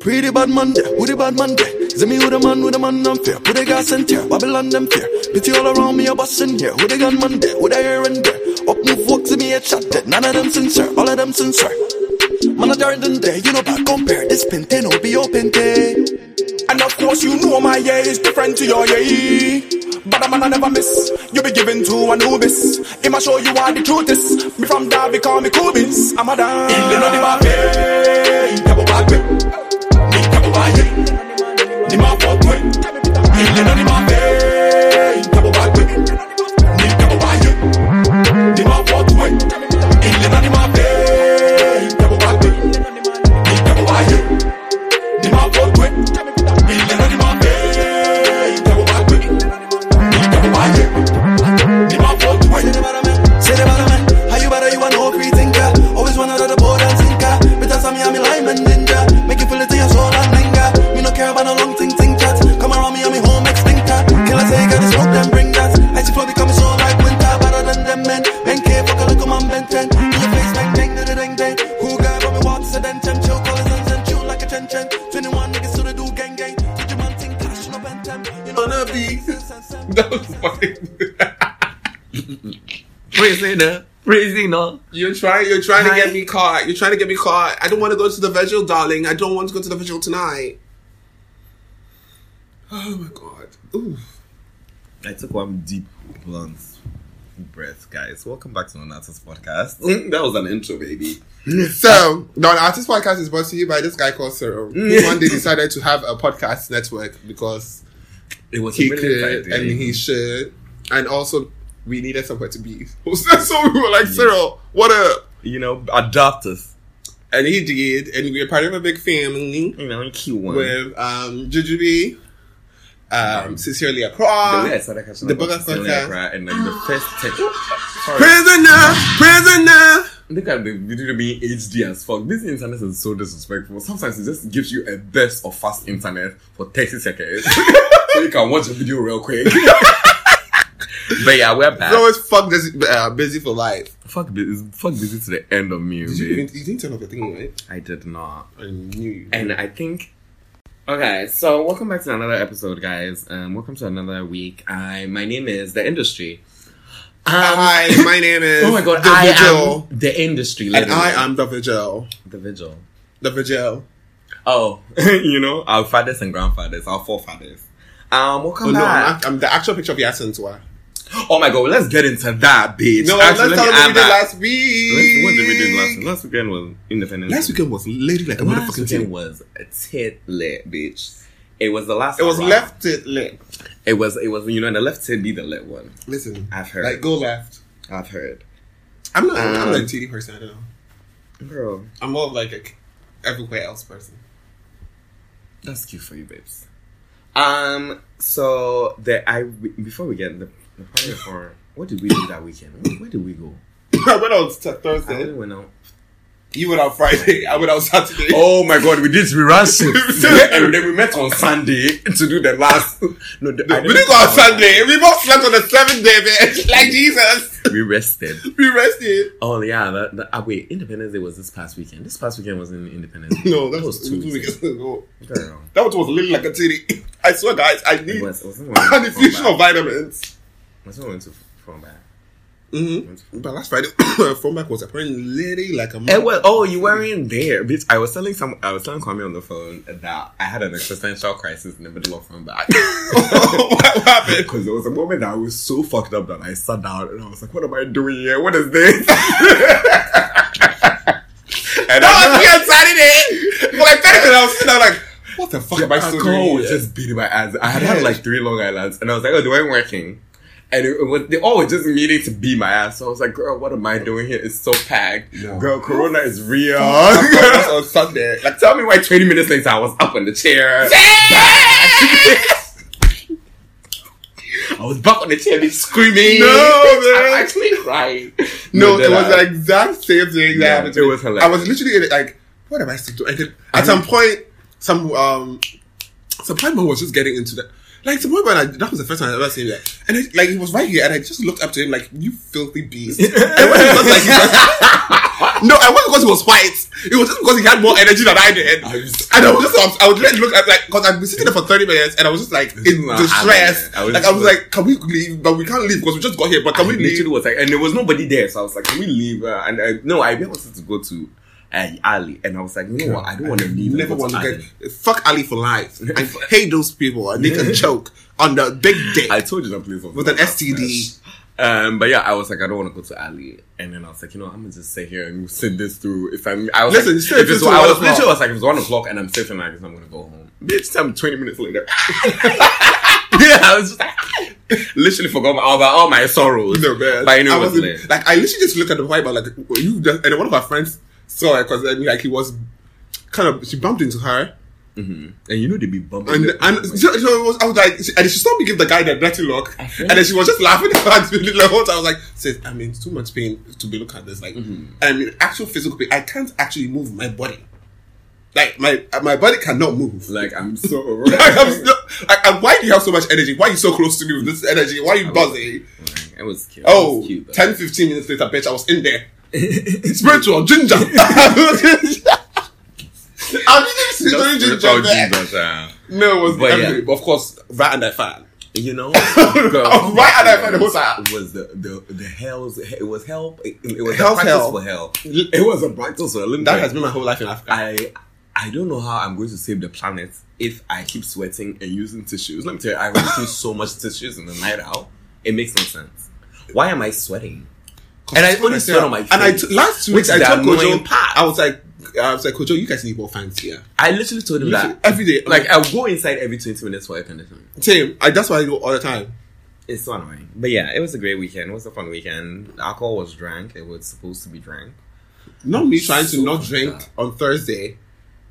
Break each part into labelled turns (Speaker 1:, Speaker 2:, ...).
Speaker 1: Pretty bad man there, who the bad man there? See me with a man, with a man I'm fair. Put the gas in there, Babylon them fear. Pity all around me, a bus in here. Who the gunman there, who the here and there? Up move walk, see me a shot dead. None of them sincere, all of them sincere. Man a darling there, you know back compare. This pente no be open there.
Speaker 2: And of course, you know my yeah is different to your yeah. But a man I never miss. You be given to Anubis. I'ma show you what the truth is. Me from Derby, call me Kubis. I'm a dad. You know the babe. Double back whip. Me double back whip. The man walk whip. You know the babe. Double back whip. Me double back whip. The man walk whip. You know the babe. Double back whip. Me double back whip. The man walk whip. You know the babe. Double back whip. Me double back whip. The man walk whip.
Speaker 1: Say the bottom man, say the bottom man. How you better, you an old free thinker. Always one out of the board and sinker. Better tell me I'm a lime and ginger. Make you feel it in your soul and linger. Me no care about no long thing, thing chat. Come around me, I'm a home extinctor. Killer say, gotta smoke them, bring that. I see flow becoming so like winter. Better than them men. Men care, fuck a look, I'm Ben 10. In your face, bang, bang, da da dang, dang. Who guy, but me walk, said then, ten. Chill, call and send tune like a chen chen. 21 niggas to the do gang gang. Did your man think cash, no Ben 10. You know,
Speaker 3: On a beat. That was fucking.
Speaker 4: Prisoner, prisoner.
Speaker 3: You're trying. You're trying to
Speaker 4: Hi.
Speaker 3: get me caught. You're trying to get me caught. I don't want to go to the vigil, darling. I don't want to go to the vigil tonight. Oh my god. Ooh.
Speaker 4: I took one deep, blunt breath, guys. Welcome back to Nonata's podcast.
Speaker 3: Mm, That was an intro, baby.
Speaker 5: So, no, the artist podcast is brought to you by this guy called Cyril,
Speaker 4: Mm.
Speaker 5: who one day decided to have a podcast network because
Speaker 4: It was
Speaker 5: he
Speaker 4: really
Speaker 5: could
Speaker 4: exciting.
Speaker 5: and he should, and also we needed somewhere to be. so we were like, Cyril, what up?
Speaker 4: you know, adopt us.
Speaker 5: And he did, and we are part of a big family
Speaker 4: You know, cute one.
Speaker 5: with um, Jujubee, um, Sincerely Accra,
Speaker 4: the way I started catching
Speaker 5: Ah. The
Speaker 4: up on
Speaker 5: Bugger
Speaker 4: Priscilla
Speaker 5: Podcast.
Speaker 4: Accra, and then the first ten. Sorry,
Speaker 5: Prisoner, Prisoner.
Speaker 4: look at the video being HD as fuck. This internet is so disrespectful. Sometimes it just gives you a burst of fast internet for thirty seconds, so you can watch a video real quick. but yeah, we're back.
Speaker 5: It's always fuck this, uh, busy for life.
Speaker 4: fuck busy, fuck busy to the end of me.
Speaker 5: Did you, even,
Speaker 4: babe.
Speaker 5: you didn't turn off your thing, right?
Speaker 4: I did not.
Speaker 5: I knew you.
Speaker 4: And I think. Okay, so welcome back to another episode, guys. Um, welcome to another week. I my name is the industry. Um,
Speaker 5: Uh, Hi, my name is.
Speaker 4: oh my god,
Speaker 5: the
Speaker 4: I
Speaker 5: Vigil,
Speaker 4: am the industry.
Speaker 5: and
Speaker 4: literally.
Speaker 5: I am the Vigil.
Speaker 4: the vigil.
Speaker 5: The Vigil.
Speaker 4: Oh, you know our fathers and grandfathers, our forefathers. Um, welcome
Speaker 5: Oh, no, I'm,
Speaker 4: back.
Speaker 5: act- I'm the actual picture of Yasintua.
Speaker 4: oh my god, let's get into that, bitch.
Speaker 5: No,
Speaker 4: Actually,
Speaker 5: let's tell
Speaker 4: let
Speaker 5: them what
Speaker 4: me
Speaker 5: we
Speaker 4: add
Speaker 5: did
Speaker 4: that.
Speaker 5: last
Speaker 4: Let's-
Speaker 5: week.
Speaker 4: What did we do last? Last weekend was Independence.
Speaker 5: Last
Speaker 4: Day.
Speaker 5: weekend was lady like a
Speaker 4: Last
Speaker 5: motherfucking
Speaker 4: weekend
Speaker 5: thing.
Speaker 4: was a tit lit, bitch. It was the last.
Speaker 5: It was
Speaker 4: round.
Speaker 5: left it lit.
Speaker 4: It was. It was. You know, and the left tit be the lit one.
Speaker 5: Listen,
Speaker 4: I've heard.
Speaker 5: Like go left.
Speaker 4: I've heard,
Speaker 5: I'm not. I'm not a
Speaker 4: Um,
Speaker 5: TD person. I don't know.
Speaker 4: bro.
Speaker 5: I'm more of like a everywhere else person.
Speaker 4: That's cute for you, babes. Um. So the I before we get the the party before. What did we do that weekend? Where- Where did we go?
Speaker 5: I went out t-
Speaker 4: I
Speaker 5: Thursday.
Speaker 4: only went out
Speaker 5: You went out Friday. I went out Saturday.
Speaker 4: Oh my god, we did rehearsal. and then we met on Sunday to do the last. No, the, I
Speaker 5: we didn't go out Sunday. We both slept on the seventh day, bitch. Like Jesus,
Speaker 4: We rested.
Speaker 5: we rested.
Speaker 4: Oh yeah, that, that, ah, wait. Independence Day was this past weekend. This past weekend wasn't Independence Day.
Speaker 5: No, that
Speaker 4: It
Speaker 5: was two weeks ago.
Speaker 4: ago. Girl,
Speaker 5: That one was literally like a titty. I swear, guys, I need
Speaker 4: it was. It was when we
Speaker 5: an
Speaker 4: went to
Speaker 5: infusion of
Speaker 4: Fallback.
Speaker 5: vitamins.
Speaker 4: It was when we went to Fallback.
Speaker 5: Mm-hmm.
Speaker 4: Went to
Speaker 5: But last Friday, phone back was apparently lady like a
Speaker 4: It was, oh, you weren't there, bitch. I was telling some, I was telling Kwame on the phone that I had an existential crisis in the middle of my back.
Speaker 5: what happened?
Speaker 4: Because there was a moment that I was so fucked up that I sat down and I was like, what am I doing here? What is this? and
Speaker 5: That was me
Speaker 4: I
Speaker 5: on Saturday. For like 30 minutes, I was sitting there like, what the fuck am I still
Speaker 4: alcohol
Speaker 5: doing?
Speaker 4: was
Speaker 5: here?
Speaker 4: just beating my ass. I had had
Speaker 5: Yeah.
Speaker 4: like three Long Islands and I was like, oh, they weren't working. And it, it was, they all were just meeting to beat my ass. So I was like, girl, what am I doing here? It's so packed.
Speaker 5: No.
Speaker 4: Girl, Corona is real.
Speaker 5: That was on Sunday.
Speaker 4: Like, tell me why 20 minutes later I was up on the chair. I was back on the chair, bitch, screaming.
Speaker 5: No,
Speaker 4: I'm
Speaker 5: man.
Speaker 4: actually crying.
Speaker 5: No, it
Speaker 4: then
Speaker 5: was
Speaker 4: I-
Speaker 5: the exact same thing that
Speaker 4: Yeah,
Speaker 5: happened.
Speaker 4: it
Speaker 5: to me.
Speaker 4: was hilarious.
Speaker 5: I was literally in it, like, what am I still doing? And then at some point, some um, some point man was just getting into that. Like some point man, I, that was the first time I ever seen that. And I, like he was right here, and I just looked up to him like, "You filthy beast." and when he looked like he was, No, I wasn't because he was white. It was just because he had more energy than I did.
Speaker 4: I was-
Speaker 5: and I was just, obs- I would let look at like, because I'd been sitting there for 30 minutes and I was just like
Speaker 4: This is
Speaker 5: in
Speaker 4: not
Speaker 5: distress.
Speaker 4: happening. I was
Speaker 5: like, I
Speaker 4: just
Speaker 5: was
Speaker 4: like-
Speaker 5: like, can we leave? But we can't leave because we just got here. But can we
Speaker 4: I literally
Speaker 5: leave?
Speaker 4: was like, and there was nobody there, so I was like, can we leave? Uh, and I, no, I wanted to go to uh, Ali, and I was like, you know what? I don't want to leave. and
Speaker 5: Never
Speaker 4: go
Speaker 5: want to
Speaker 4: Ali.
Speaker 5: get fuck Ali for life. I hate those people and they can choke on the big dick
Speaker 4: I told you that place was
Speaker 5: with an
Speaker 4: not that
Speaker 5: STD.
Speaker 4: Um, but yeah, I was like, I don't want to go to Ali, and then I was like, you know, I'm gonna just sit here and sit this through. If I'm, I was
Speaker 5: Listen,
Speaker 4: like,
Speaker 5: sit
Speaker 4: if it's,
Speaker 5: through to
Speaker 4: I
Speaker 5: one
Speaker 4: was
Speaker 5: o'clock.
Speaker 4: literally I was like, if it's one o'clock and I'm sitting like this, I'm gonna go home. Bitch, tell me 20 minutes later. yeah, I was just like, literally forgot my, all, my, all my sorrows.
Speaker 5: No man,
Speaker 4: but I knew
Speaker 5: I
Speaker 4: it was
Speaker 5: wasn't-
Speaker 4: lit.
Speaker 5: like I literally just looked at the white man like "Were you just, and one of our friends saw it because like he was kind of she bumped into her
Speaker 4: and you know they be bumping.
Speaker 5: and
Speaker 4: their-
Speaker 5: and so, so it was, I was like she, and she saw me give the guy the dirty look and then she was just laughing at me the whole time. I was like, "Sis, I'm in too much pain to be looking at this. Like
Speaker 4: Mm-hmm.
Speaker 5: I'm in actual physical pain. I can't actually move my body. Like my uh, my body cannot move.
Speaker 4: like I'm so over.
Speaker 5: Like, I'm still, like, and why do you have so much energy? Why are you so close to me with this energy? Why are you buzzing?
Speaker 4: it was cute. it
Speaker 5: Oh,
Speaker 4: was cute, though.
Speaker 5: 10, 15 minutes later, bitch, I was in there. Spiritual ginger. I'm just spiritual
Speaker 4: Just
Speaker 5: ginger.
Speaker 4: spiritual
Speaker 5: man.
Speaker 4: Jesus, uh,
Speaker 5: No, it was
Speaker 4: But
Speaker 5: but,
Speaker 4: yeah.
Speaker 5: but of course, right and I fan.
Speaker 4: you know,
Speaker 5: Oh, right, and I found the whole time.
Speaker 4: It was the the the hell's it was hell. It, it was
Speaker 5: Hell's
Speaker 4: a practice
Speaker 5: hell.
Speaker 4: for hell. It was a practice for hell.
Speaker 5: That has been my whole life in Africa.
Speaker 4: I I don't know how I'm going to save the planet if I keep sweating and using tissues. Let me tell you, I really use so much tissues in the night out. It makes no sense. Why am I sweating? And I only sweat on my
Speaker 5: And I
Speaker 4: face.
Speaker 5: t- last two
Speaker 4: Which
Speaker 5: weeks, I
Speaker 4: is
Speaker 5: told
Speaker 4: the annoying
Speaker 5: Kojo,
Speaker 4: part.
Speaker 5: I was like, I was like, Kojo, you guys need more fans here.
Speaker 4: I literally told him that
Speaker 5: Every day.
Speaker 4: Like I'll go inside every twenty minutes for air conditioning.
Speaker 5: same. I, that's what I do all the time.
Speaker 4: It's so annoying. But yeah, it was a great weekend. It was a fun weekend. Alcohol was drank. It was supposed to be drank.
Speaker 5: Not me trying to
Speaker 4: So
Speaker 5: not drink
Speaker 4: bad.
Speaker 5: on Thursday.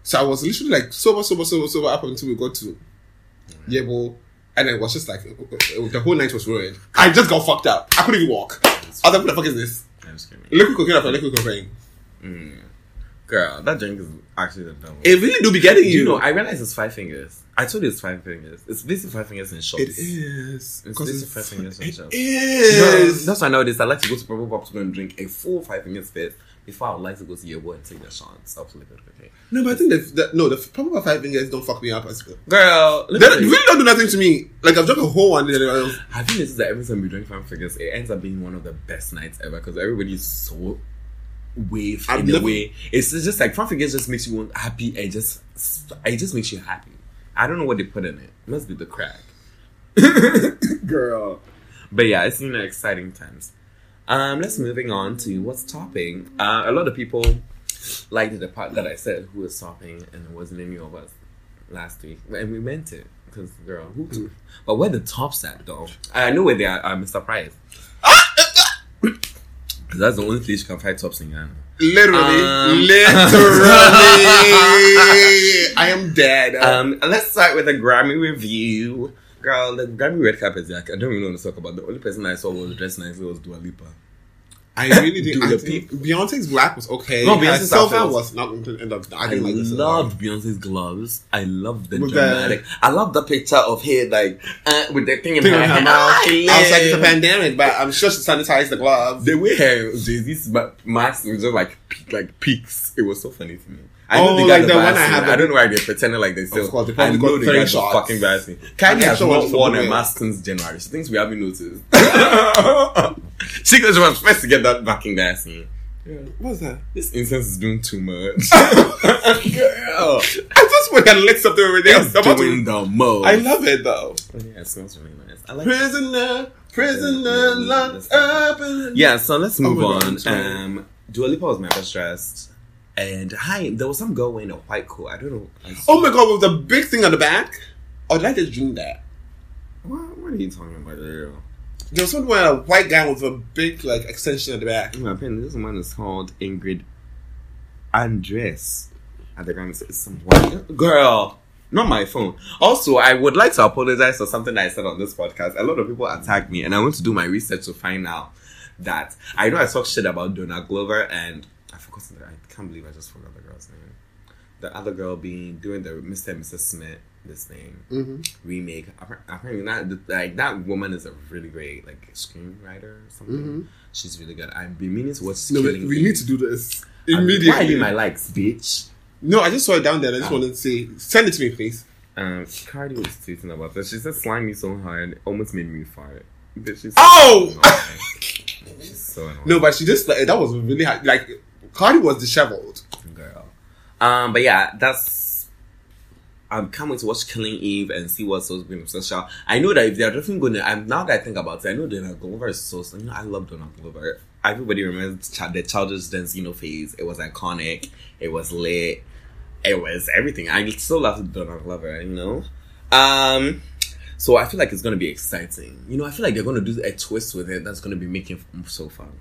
Speaker 5: So I was literally like sober, sober, sober, sober up until we got to Yebo. And it was just like, the whole night was ruined. I just got fucked up. I couldn't even walk. I was like, what the fuck is this?
Speaker 4: I'm just kidding.
Speaker 5: Liquid cocaine after liquid cocaine.
Speaker 4: Girl, that drink is actually the devil.
Speaker 5: It really do be getting you.
Speaker 4: you know, I realize it's five fingers. I told you it's five fingers. It's basically five fingers in shots.
Speaker 5: it is.
Speaker 4: It's
Speaker 5: 'Cause
Speaker 4: basically
Speaker 5: it's-
Speaker 4: five fingers in shots.
Speaker 5: is.
Speaker 4: That's why nowadays I like to go to Purple Pop to go and drink a full five fingers first before I would like to go to your boy and take the shots. Absolutely. Okay.
Speaker 5: No, but I think the, the no, the problem about five fingers don't fuck me up as well.
Speaker 4: Girl, let
Speaker 5: They
Speaker 4: me tell you.
Speaker 5: really don't do nothing to me. Like I've drunk a whole one. and then I was-
Speaker 4: I think this is that every time we drink fan figures, it ends up being one of the best nights ever because everybody's so wave
Speaker 5: I've
Speaker 4: in a
Speaker 5: never-
Speaker 4: way. It's it's just like fan figures just makes you want happy and just it just makes you happy. I don't know what they put in it. must be the crack, girl. But yeah, it's been exciting times. Um, let's moving on to what's topping. Uh, a lot of people liked the part that I said who was topping, and it wasn't any of us last week, and we meant it because girl, who? But where the tops at though? I know where they are. uh, I'm surprised. Ah! Because that's the only place you can find tops in Ghana.
Speaker 5: literally,
Speaker 4: Um.
Speaker 5: literally, I am dead.
Speaker 4: Um, let's start with a Grammy review. Girl, the Grammy red carpet, like, I don't really want to talk about. The only person I saw was dressed nicely was Dua Lipa.
Speaker 5: I really did.
Speaker 4: Do
Speaker 5: I
Speaker 4: the
Speaker 5: think
Speaker 4: peep.
Speaker 5: Beyonce's black was okay.
Speaker 4: No,
Speaker 5: Her
Speaker 4: Beyonce's
Speaker 5: silver
Speaker 4: outfit was-
Speaker 5: was not. And I, I
Speaker 4: I
Speaker 5: didn't like this. at all.
Speaker 4: loved Beyonce's gloves. I loved the
Speaker 5: With the-
Speaker 4: dramatic. I love the picture of her like uh, with the thing in
Speaker 5: Thing
Speaker 4: her,
Speaker 5: on her
Speaker 4: hand.
Speaker 5: mouth.
Speaker 4: I
Speaker 5: I was like, it's a
Speaker 4: live.
Speaker 5: pandemic, but I'm sure she sanitized the glove.
Speaker 4: The way her Jay Z's mask was just like pe- like peaks. It was so funny to me. I
Speaker 5: Oh,
Speaker 4: know they
Speaker 5: like
Speaker 4: got
Speaker 5: the one I
Speaker 4: vaccine.
Speaker 5: have-
Speaker 4: I don't know why they're pretending like they still.
Speaker 5: course, they
Speaker 4: I
Speaker 5: probably
Speaker 4: know
Speaker 5: got
Speaker 4: they
Speaker 5: three
Speaker 4: got the
Speaker 5: shots.
Speaker 4: fucking vaccine. Kanye
Speaker 5: I'm
Speaker 4: has
Speaker 5: sure
Speaker 4: not
Speaker 5: it's
Speaker 4: worn a
Speaker 5: something
Speaker 4: mask since January. She thinks we haven't noticed. she goes, "We're supposed to get that fucking vaccine."
Speaker 5: What's that?
Speaker 4: This incense is doing too much. Girl,
Speaker 5: I just want to lick something over there.
Speaker 4: it's
Speaker 5: I'm about to-
Speaker 4: doing the most.
Speaker 5: I love it though.
Speaker 4: Yeah, it smells really nice. I like. it.
Speaker 5: Prisoner, prisoner,
Speaker 4: Mm,
Speaker 5: locked
Speaker 4: that's-
Speaker 5: up. in-
Speaker 4: Yeah, so let's
Speaker 5: Oh
Speaker 4: move
Speaker 5: my God,
Speaker 4: on.
Speaker 5: that's right.
Speaker 4: um, Dua Lipa was my best dressed, and hi, there was some girl wearing a white coat. I don't know. I
Speaker 5: Oh my god, with the big thing on the back. Or did I just dream that?
Speaker 4: What, what are you talking about, girl?
Speaker 5: There was one where a white guy with a big like extension at the back.
Speaker 4: In my opinion, this one is called Ingrid Andress. At the Grammys, it's some white girl. Not my phone. Also, I would like to apologize for something that I said on this podcast. A lot of people attacked me, and I went to do my research to find out that I know I talked shit about Donna Glover, and I forgot. the- I can't believe I just forgot the girl's name. The other girl being doing the Mr. and Mrs. Smith. this thing
Speaker 5: Mm-hmm.
Speaker 4: remake. Appar- Apparently, that like that woman is a really great like screenwriter or something. She's really good. I've been meaning to watch.
Speaker 5: Mm-hmm. No,
Speaker 4: Killing
Speaker 5: we, we
Speaker 4: Eve.
Speaker 5: need to do this
Speaker 4: I'm-
Speaker 5: immediately.
Speaker 4: Why are you in my likes, bitch?
Speaker 5: no, I just saw it down there. I just wanted to say, send it to me, please.
Speaker 4: Um, Cardi was tweeting about this. She said, "Slime me so hard, it almost made me fart." Bitch, she's
Speaker 5: Ow!
Speaker 4: annoying. she's so annoying.
Speaker 5: No, but she just like, that was really hard. like Cardi was disheveled.
Speaker 4: girl. Um, but yeah, that's. I'm can't wait to watch Killing Eve and see what's supposed to be social. I know that if they're definitely going to, I'm now that I think about it, I know Donald Glover is so. You know, I love Donald Glover. Everybody remembers Ch- the Childish Denzino phase. It was iconic. It was lit. It was everything. I still love Donald Glover. You know. Um. So I feel like it's gonna be exciting. You know, I feel like they're gonna do a twist with it that's gonna be making f- so fun.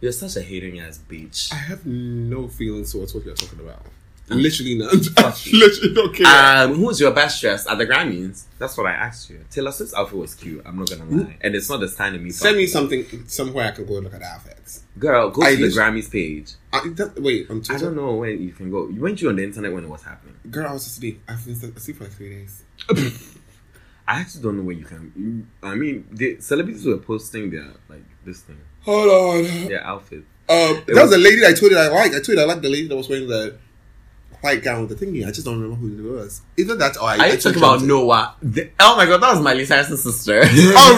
Speaker 4: You're such a hating ass bitch.
Speaker 5: I have no feelings towards what you're talking about. Literally none. Literally don't care.
Speaker 4: Um, who was your best dress at the Grammys? That's what I asked you. Taylor Swift's outfit was cute. I'm not gonna lie, and it's not the style of me.
Speaker 5: Send me
Speaker 4: talking.
Speaker 5: something somewhere I can go and look at the outfits.
Speaker 4: girl. Go
Speaker 5: I
Speaker 4: to the
Speaker 5: just-
Speaker 4: Grammys page.
Speaker 5: I, that, wait, on
Speaker 4: I
Speaker 5: Twitter.
Speaker 4: don't know when you can go. You went you on the internet when it was happening.
Speaker 5: Girl, I was asleep. I've been asleep for like three days.
Speaker 4: I actually don't know when you can. you- I mean, the celebrities were posting their like this thing,
Speaker 5: Hold on.
Speaker 4: their outfit.
Speaker 5: Um,
Speaker 4: It
Speaker 5: that was
Speaker 4: was-
Speaker 5: a lady I told you I liked. I told you I liked the lady that was wearing the white gown with the thingy. I just don't remember who it was. Either that or I.
Speaker 4: Are
Speaker 5: I
Speaker 4: you
Speaker 5: took
Speaker 4: talking about
Speaker 5: something.
Speaker 4: Noah? The- oh my god, that was Miley Cyrus' sister. oh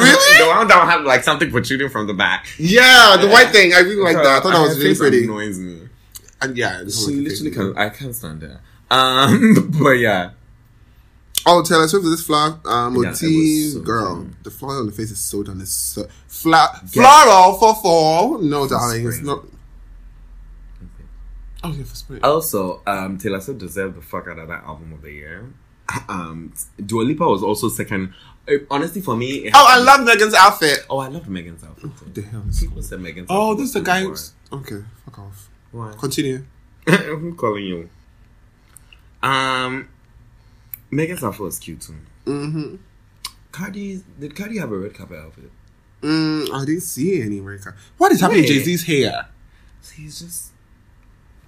Speaker 5: really?
Speaker 4: the one that had like something protruding from the back.
Speaker 5: Yeah, the white thing. I really liked
Speaker 4: Girl,
Speaker 5: that. I thought that
Speaker 4: her
Speaker 5: was really
Speaker 4: face
Speaker 5: pretty.
Speaker 4: Annoys me.
Speaker 5: And yeah, it was like
Speaker 4: She
Speaker 5: a
Speaker 4: literally
Speaker 5: thing.
Speaker 4: can. I can't stand her. Um, but yeah.
Speaker 5: Oh, Taylor Swift with this flower uh,
Speaker 4: Yeah, it
Speaker 5: motif,
Speaker 4: was so
Speaker 5: girl.
Speaker 4: done.
Speaker 5: The flower on the face is so done. It's so fla- floral for fall. No, darling, it's
Speaker 4: spring.
Speaker 5: not. Oh yeah, for spring.
Speaker 4: Also, um, Taylor Swift deserved the fuck out of that album of the year. Um, Dua Lipa was also second. Uh, honestly, for me, it
Speaker 5: Oh, I
Speaker 4: happened-
Speaker 5: love Megan's outfit.
Speaker 4: Oh, I love Megan's outfit. too.
Speaker 5: The hell is
Speaker 4: Who said Megan's
Speaker 5: Oh,
Speaker 4: outfit
Speaker 5: this is the
Speaker 4: was
Speaker 5: guy.
Speaker 4: too
Speaker 5: Who's... Okay, fuck off.
Speaker 4: boring? Why?
Speaker 5: Continue.
Speaker 4: Who calling you? Um, Megan's outfit was cute too.
Speaker 5: Mm-hmm.
Speaker 4: Cardi, did Cardi have a red carpet outfit?
Speaker 5: Mm, I didn't see any America. What is happening to Jay
Speaker 4: Wait.
Speaker 5: Z's hair?
Speaker 4: He's just,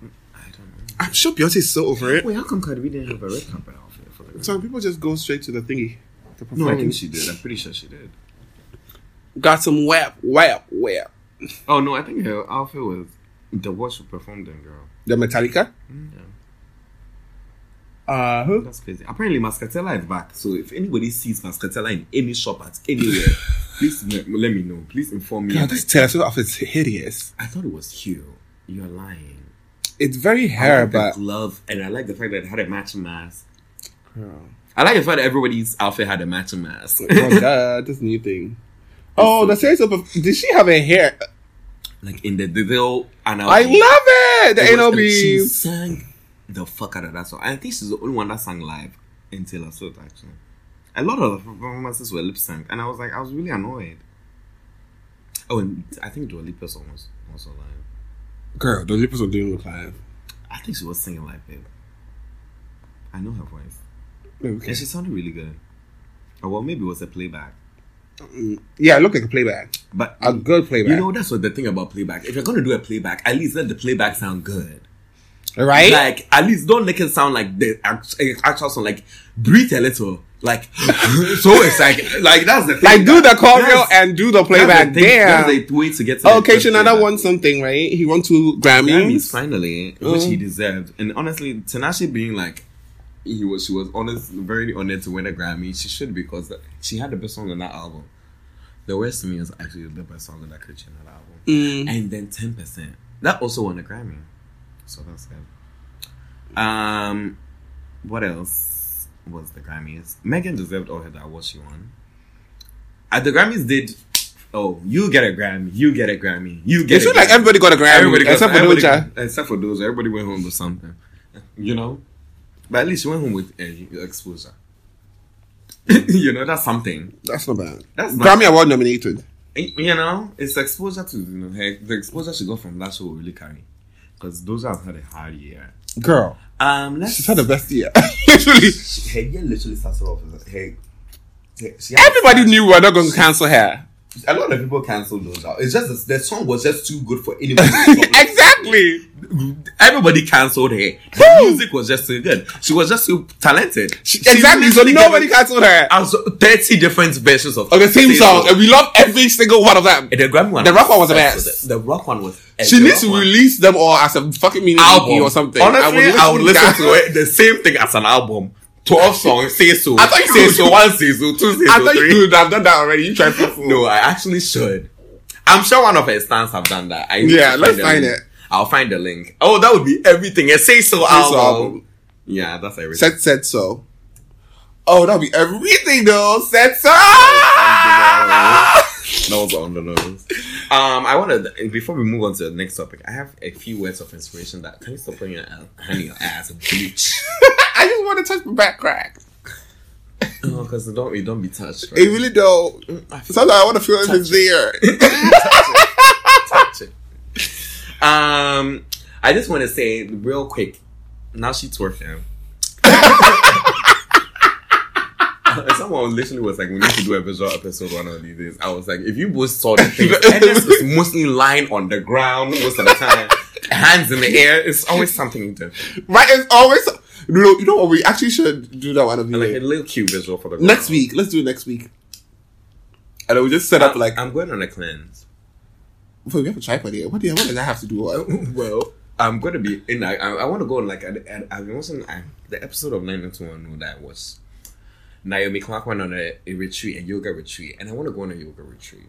Speaker 4: I don't know.
Speaker 5: I'm sure Beyonce's so over it.
Speaker 4: Wait, how come Cardi B didn't have a red carpet outfit for the?
Speaker 5: Some people just go straight to the thingy. The
Speaker 4: no, I
Speaker 5: performing.
Speaker 4: think she did. I'm pretty sure she did.
Speaker 5: got some whap, whap, whap.
Speaker 4: Oh no, I think her outfit was the what she performed in, girl.
Speaker 5: The Metallica.
Speaker 4: Yeah.
Speaker 5: Uh, who?
Speaker 4: That's crazy. Apparently, Mascatella is back. So if anybody sees Mascatella in any shop at anywhere, please me- let me know. Please inform me.
Speaker 5: God, this Taylor Swift outfit's hideous.
Speaker 4: I thought it was cute. You're lying.
Speaker 5: It's very
Speaker 4: I
Speaker 5: hair,
Speaker 4: like
Speaker 5: but
Speaker 4: the glove, and I like the fact that it had a matching mask.
Speaker 5: Girl.
Speaker 4: I like the fact that everybody's outfit had a matching mask.
Speaker 5: oh god, this new thing. Oh, the series of did she have a hair?
Speaker 4: like in the Deville and
Speaker 5: I love it. The anal
Speaker 4: She
Speaker 5: beam.
Speaker 4: sang the fuck out of that song. I think she's the only one that sang live in Taylor Swift actually. A lot of the performances were lip synced, and I was like, I was really annoyed. Oh, and I think Dua Lipa's song was also live.
Speaker 5: Girl, those lips are doing look live.
Speaker 4: I think she was singing live, babe. I know her voice,
Speaker 5: Okay.
Speaker 4: and she sounded really good. Or well, maybe it was a playback,
Speaker 5: Yeah, it looked like a playback.
Speaker 4: but
Speaker 5: A good playback.
Speaker 4: you know that's what the thing about playback. If you're gonna do a playback, at least let the playback sound good.
Speaker 5: right?
Speaker 4: Like, at least don't make it sound like the act- eh, actual song. Like, breathe a little. Like, so it's like, like that's the thing.
Speaker 5: Like, do the choreo
Speaker 4: That's-
Speaker 5: and do the playback.
Speaker 4: That's the thing-
Speaker 5: Damn.
Speaker 4: That's the way to get to
Speaker 5: Oh, okay,
Speaker 4: the- the
Speaker 5: Shinada
Speaker 4: playback.
Speaker 5: won something, right? He won two
Speaker 4: Grammys
Speaker 5: Grammys.
Speaker 4: finally, which
Speaker 5: Oh.
Speaker 4: he deserved. And honestly, Tanashi being like, he was, she was honest, very honored to win a Grammy. She should because she had the best song on that album. The West to Me is actually the best song on that Christian album.
Speaker 5: Mm.
Speaker 4: And then ten percent that also won a Grammy. So that's good. Um, what else was the Grammys? Megan deserved all her that what she won. At the Grammys did. Oh, you get a Grammy. You get a Grammy. You
Speaker 5: It
Speaker 4: get. a
Speaker 5: seemed like
Speaker 4: Grammy.
Speaker 5: everybody got a Grammy,
Speaker 4: Everybody got-
Speaker 5: except for
Speaker 4: everybody
Speaker 5: Doja.
Speaker 4: got- Except for Doja, everybody went home with something, you know. But at least she went home with uh, exposure. you know, that's something.
Speaker 5: That's not bad.
Speaker 4: That's
Speaker 5: Grammy
Speaker 4: not-
Speaker 5: Award nominated.
Speaker 4: You know, it's exposure to you know her, the exposure she got from that show will really carry. Because Doja has had a hard year.
Speaker 5: Girl,
Speaker 4: Um, let's.
Speaker 5: she's had the best year. Literally,
Speaker 4: Her year literally started off. with Her, her, she had-
Speaker 5: everybody knew we were not going to cancel her.
Speaker 4: a lot of people canceled those out. It's just the, the song was just too good for anyone. to stop.
Speaker 5: Exactly.
Speaker 4: Everybody canceled her. The music was just so good. She was just so talented. She, she
Speaker 5: exactly. So
Speaker 4: literally gave
Speaker 5: nobody
Speaker 4: it-
Speaker 5: canceled her.
Speaker 4: I was- thirty different versions of
Speaker 5: Of the same song. And we love every single one of them.
Speaker 4: And the Grammy one.
Speaker 5: The rock one was the
Speaker 4: obsessed
Speaker 5: best.
Speaker 4: with it. The rock one was.
Speaker 5: She
Speaker 4: the
Speaker 5: needs
Speaker 4: rock
Speaker 5: to
Speaker 4: one-
Speaker 5: release them all as a fucking mini
Speaker 4: album
Speaker 5: album or something.
Speaker 4: Honestly, I would listen
Speaker 5: that.
Speaker 4: to it the same thing as an album. Twelve songs. Say so.
Speaker 5: I thought you
Speaker 4: say
Speaker 5: would.
Speaker 4: so. One say so. Two say
Speaker 5: I
Speaker 4: so.
Speaker 5: thought
Speaker 4: three.
Speaker 5: you could have done that already. You tried to fool.
Speaker 4: No, I actually should. I'm sure one of her stans have done that. I need
Speaker 5: Yeah,
Speaker 4: to
Speaker 5: let's
Speaker 4: the
Speaker 5: find
Speaker 4: link.
Speaker 5: it.
Speaker 4: I'll find the link. Oh, that would be everything. A say so
Speaker 5: Say So
Speaker 4: album.
Speaker 5: album.
Speaker 4: Yeah, that's everything.
Speaker 5: Said said so. Oh, that'll be everything though. Said so.
Speaker 4: That was on the nose. Um, I wanted before we move on to the next topic, I have a few words of inspiration. That can you stop putting your ass- hand in your ass and bleach?
Speaker 5: I just want to touch my back crack.
Speaker 4: No, because Oh, it don't it don't be touched. Right?
Speaker 5: It really though. Sometimes I want to feel if it's there.
Speaker 4: touch it. Um, I just want to say real quick. Now she's twerking. Someone literally was like, "We need to do a visual episode one of these days." I was like, "If you both saw the thing, Ernest is mostly lying on the ground most of the time, hands in the air. It's always something different,
Speaker 5: right? It's always. No, you know what? We actually should do that one of the
Speaker 4: like a
Speaker 5: like,
Speaker 4: little cute visual for the ground.
Speaker 5: next week. Let's do it next week. And then we just set up like.
Speaker 4: I'm going on a cleanse.
Speaker 5: Wait, we have a tripod here. What, do you, what does that have to do? with it?
Speaker 4: Well, I'm gonna be in. I, I, I want to go on like I, I, I wasn't I, the episode of 90210 that was Naomi Clark went on a, a retreat, a yoga retreat, and I want to go on a yoga retreat,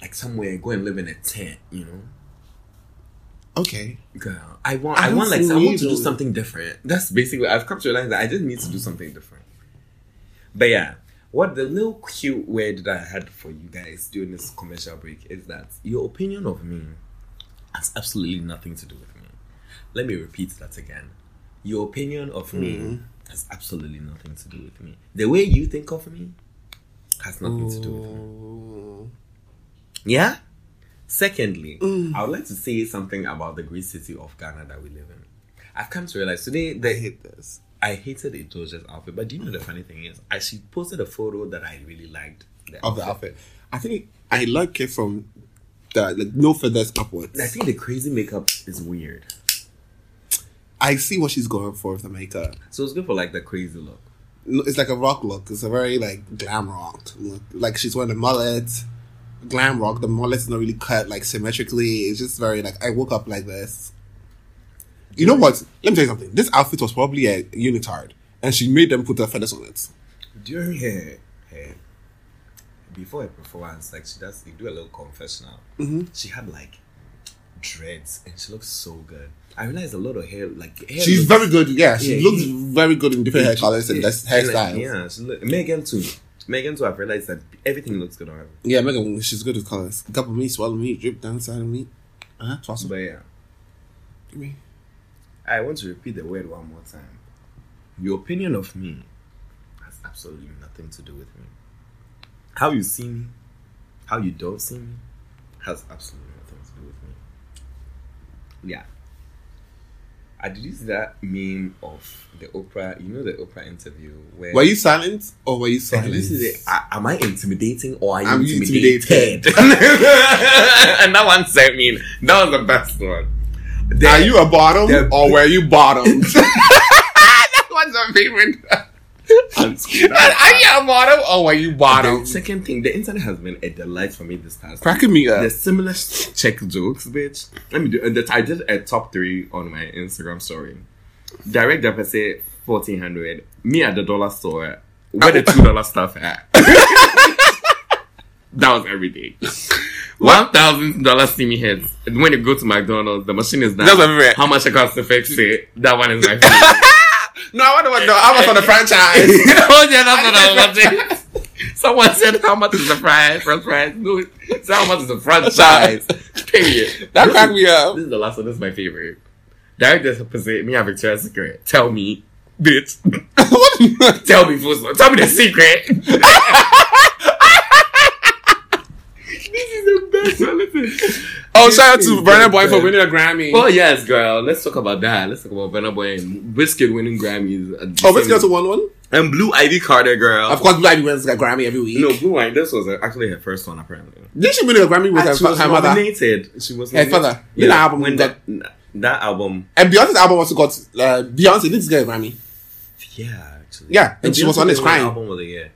Speaker 4: like somewhere, go and live in a tent, you know.
Speaker 5: Okay.
Speaker 4: Girl, I want,
Speaker 5: I
Speaker 4: I, want, like,
Speaker 5: don't
Speaker 4: I want to
Speaker 5: need
Speaker 4: do
Speaker 5: to.
Speaker 4: something different. That's basically. I've come to realize that I just need to do something different. But yeah, what the little cute word that I had for you guys during this commercial break is that your opinion of me has absolutely nothing to do with me. Let me repeat that again. Your opinion of me
Speaker 5: Mm-hmm.
Speaker 4: has absolutely nothing to do with me. The way you think of me has nothing to do with me. Yeah. Secondly, I would like to say something about the great city of Ghana that we live in. I've come to realize today that I, hate
Speaker 5: this.
Speaker 4: I hated Itoja's outfit, but do you know the funny thing is, I she posted a photo that I really liked. the
Speaker 5: Of the outfit. I think I like it from the like, no feathers upwards.
Speaker 4: I think the crazy makeup is weird,
Speaker 5: I see what she's going for with the makeup.
Speaker 4: so it's good for like the crazy look.
Speaker 5: No, It's like a rock look. It's a very like glam rock look. Like she's wearing the mullet, glam rock. The mullet's not really cut like symmetrically. It's just very like I woke up like this. You know what? Let me tell you something. This outfit was probably a unitard, and she made them put her feathers on it.
Speaker 4: during her, her before her performance, like she does, they do a little confessional. Mm-hmm. She had like dreads, and she looks so good. I realized a lot of hair, like hair
Speaker 5: She's
Speaker 4: looks-
Speaker 5: very good. Yeah, she
Speaker 4: Yeah,
Speaker 5: looks
Speaker 4: he-
Speaker 5: very good in different hair colors and
Speaker 4: Yeah,
Speaker 5: that's hairstyles.
Speaker 4: like,
Speaker 5: yeah.
Speaker 4: yeah, she look, Megan too. Megan too. I've realized that everything looks good on her.
Speaker 5: Megan, she's good with colors. Gobble me, swallow me, drip down side of me. Uh-huh, toss
Speaker 4: But yeah,
Speaker 5: me.
Speaker 4: I want to repeat the word one more time. Your opinion of me has absolutely nothing to do with me. How you see me, how you don't see me, has absolutely nothing to do with me. Yeah. I did you see that meme of the Oprah? You know the Oprah interview where
Speaker 5: Were you silent or were you silent?
Speaker 4: This is it. I- am I intimidating or are you
Speaker 5: I'm
Speaker 4: intimidated?
Speaker 5: intimidated.
Speaker 4: and that one sent me. That was the best one. The-
Speaker 5: Are you a bottom
Speaker 4: They're-
Speaker 5: or were you bottomed? that was my favorite. Are you a bottom or were you
Speaker 4: the
Speaker 5: bottomed?
Speaker 4: second thing, the internet has been a delight for me this past.
Speaker 5: Cracking me up.
Speaker 4: The similar check jokes, bitch. Let me do. And that I did a top three on my Instagram story. Direct deficit fourteen hundred. Me at the dollar store. Where the two dollar stuff at? that was everything. One thousand dollar steamy heads. And when you go to McDonald's, the machine is down.
Speaker 5: That's my favorite.
Speaker 4: How much it costs to fix it? That one is my favorite.
Speaker 5: No, I wonder what. No, I was on the franchise.
Speaker 4: oh yeah, that's what I was watching. Someone said, "How much is the fries? French fries? No, it's how much is the French fries?" Period.
Speaker 5: That cracked me up.
Speaker 4: This is the last one. This is my favorite. Direct opposite me and Victoria's Secret. Tell me, bitch.
Speaker 5: What do you-
Speaker 4: Tell me, full stop. Tell me the secret. this is the best one. Listen.
Speaker 5: oh, shout out to Burner Boy for
Speaker 4: Good.
Speaker 5: winning a Grammy.
Speaker 4: Oh yes, girl. Let's talk about that. Let's talk about Burna Boy and Wizkid winning Grammys. at the
Speaker 5: Oh,
Speaker 4: same-
Speaker 5: let's go to one one.
Speaker 4: And Blue Ivy Carter, girl.
Speaker 5: Of course, Blue Ivy wins a Grammy every week.
Speaker 4: No, Blue Ivy. This was uh, actually her first one, apparently.
Speaker 5: Didn't she win a Grammy with her,
Speaker 4: she was
Speaker 5: her mother?
Speaker 4: nominated. She was
Speaker 5: Her
Speaker 4: nominated.
Speaker 5: father. Did that album
Speaker 4: when
Speaker 5: got-
Speaker 4: that that album.
Speaker 5: And Beyonce's album also got uh, Beyonce didn't get a Grammy,
Speaker 4: Yeah, actually.
Speaker 5: Yeah, and she was
Speaker 4: Beyonce
Speaker 5: on this
Speaker 4: didn't win
Speaker 5: crying.
Speaker 4: Album of the year.